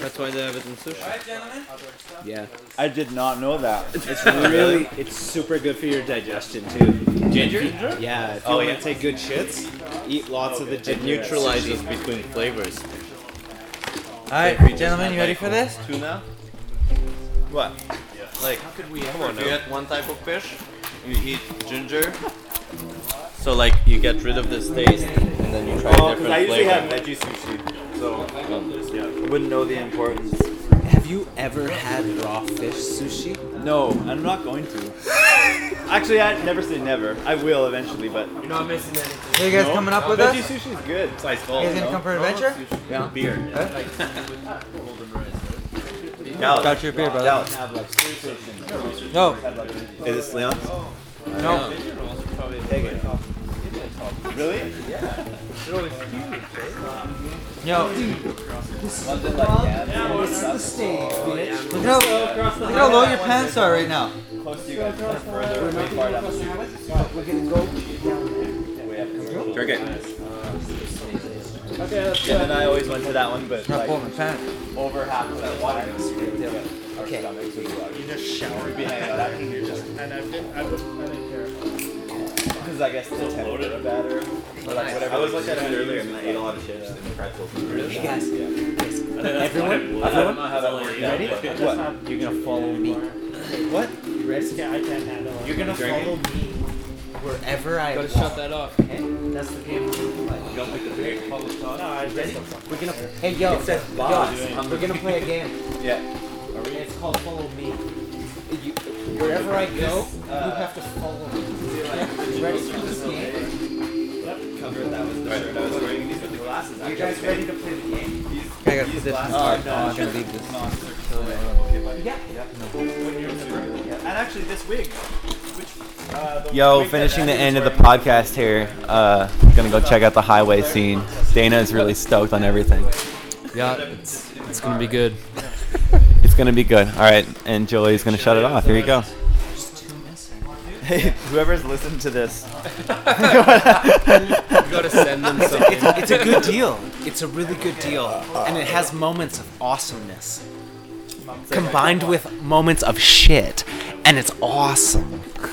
[SPEAKER 3] That's why they have it in sushi.
[SPEAKER 8] Yeah.
[SPEAKER 5] I did not know that.
[SPEAKER 8] It's really, it's super good for your digestion too.
[SPEAKER 7] Ginger?
[SPEAKER 8] Yeah. If you want to take good shits, eat lots of the
[SPEAKER 3] It
[SPEAKER 8] ginger.
[SPEAKER 3] neutralizes between flavors.
[SPEAKER 7] Alright, gentlemen, you ready for this?
[SPEAKER 5] Tuna. What?
[SPEAKER 3] Like, how could we ever if you get one type of fish, you eat ginger, so like you get rid of this taste, and then you try
[SPEAKER 5] Oh,
[SPEAKER 3] a
[SPEAKER 5] because I
[SPEAKER 3] different
[SPEAKER 5] usually have
[SPEAKER 3] flavor.
[SPEAKER 5] veggie sushi, so I wouldn't know the importance.
[SPEAKER 8] Have you ever had raw fish sushi?
[SPEAKER 5] No, I'm not going to. Actually, I never say never. I will eventually, but
[SPEAKER 13] You're not missing anything.
[SPEAKER 7] Are you guys coming up with us?
[SPEAKER 5] veggie sushi is good.
[SPEAKER 3] It's ice cold.
[SPEAKER 7] You guys gonna come for an adventure?
[SPEAKER 5] Dallas.
[SPEAKER 7] your beer,
[SPEAKER 5] Dallas.
[SPEAKER 7] No.
[SPEAKER 5] Is this Leon's?
[SPEAKER 7] No.
[SPEAKER 5] Take it. Really?
[SPEAKER 7] Yo.
[SPEAKER 8] This is the stage, bitch.
[SPEAKER 7] Look how, look how low your pants are right now.
[SPEAKER 5] Close to you guys. Kind of further, way far down the street.
[SPEAKER 8] We're gonna go
[SPEAKER 5] Way up commercial.
[SPEAKER 3] Drink it.
[SPEAKER 5] Jen and I always went to that one, but
[SPEAKER 7] Not
[SPEAKER 5] like
[SPEAKER 7] pulling my pants.
[SPEAKER 5] over half of that water goes straight to our stomachs. We
[SPEAKER 14] You just shower behind that, and you're just, and I've been, I would, I didn't care.
[SPEAKER 5] Because I guess the temperature of that or or, like whatever.
[SPEAKER 3] I was like that earlier, and I ate a lot of chips and pretzels.
[SPEAKER 8] Hey guys, everyone, everyone, you ready?
[SPEAKER 5] What?
[SPEAKER 8] You're gonna follow me.
[SPEAKER 5] What?
[SPEAKER 8] You ready?
[SPEAKER 14] Yeah, I can't handle it.
[SPEAKER 8] You're gonna follow me wherever I
[SPEAKER 13] Gotta
[SPEAKER 8] go.
[SPEAKER 13] shut that off.
[SPEAKER 8] That's the game.
[SPEAKER 14] No, I ready?
[SPEAKER 8] We're gonna. Hey yo, yo, we're gonna play a game.
[SPEAKER 5] Yeah.
[SPEAKER 8] It's called Follow Me. You, wherever I go, you have to follow me. You ready for this game?
[SPEAKER 5] Cover that was the shirt I was wearing. These are the glasses.
[SPEAKER 8] You guys ready to play the game?
[SPEAKER 7] I gotta put this in
[SPEAKER 5] Oh, no.
[SPEAKER 7] I'm gonna leave this.
[SPEAKER 5] Monster killer. Okay, buddy.
[SPEAKER 8] Yeah.
[SPEAKER 5] And actually, this wig. Which, uh, the
[SPEAKER 7] Yo,
[SPEAKER 5] wig that
[SPEAKER 7] finishing the
[SPEAKER 5] Andy
[SPEAKER 7] end
[SPEAKER 5] was
[SPEAKER 7] of the
[SPEAKER 5] wearing-
[SPEAKER 7] podcast here. Uh, gonna go check out the highway scene. Dana is really stoked on everything.
[SPEAKER 13] Yeah, it's, it's gonna be good.
[SPEAKER 7] It's gonna be good. All right, and Julie's gonna shut it off. Here we go.
[SPEAKER 5] Hey, whoever's listened to this,
[SPEAKER 13] You gotta send them something.
[SPEAKER 8] It's a good deal. It's a really good deal, and it has moments of awesomeness combined with moments of shit, and it's awesome.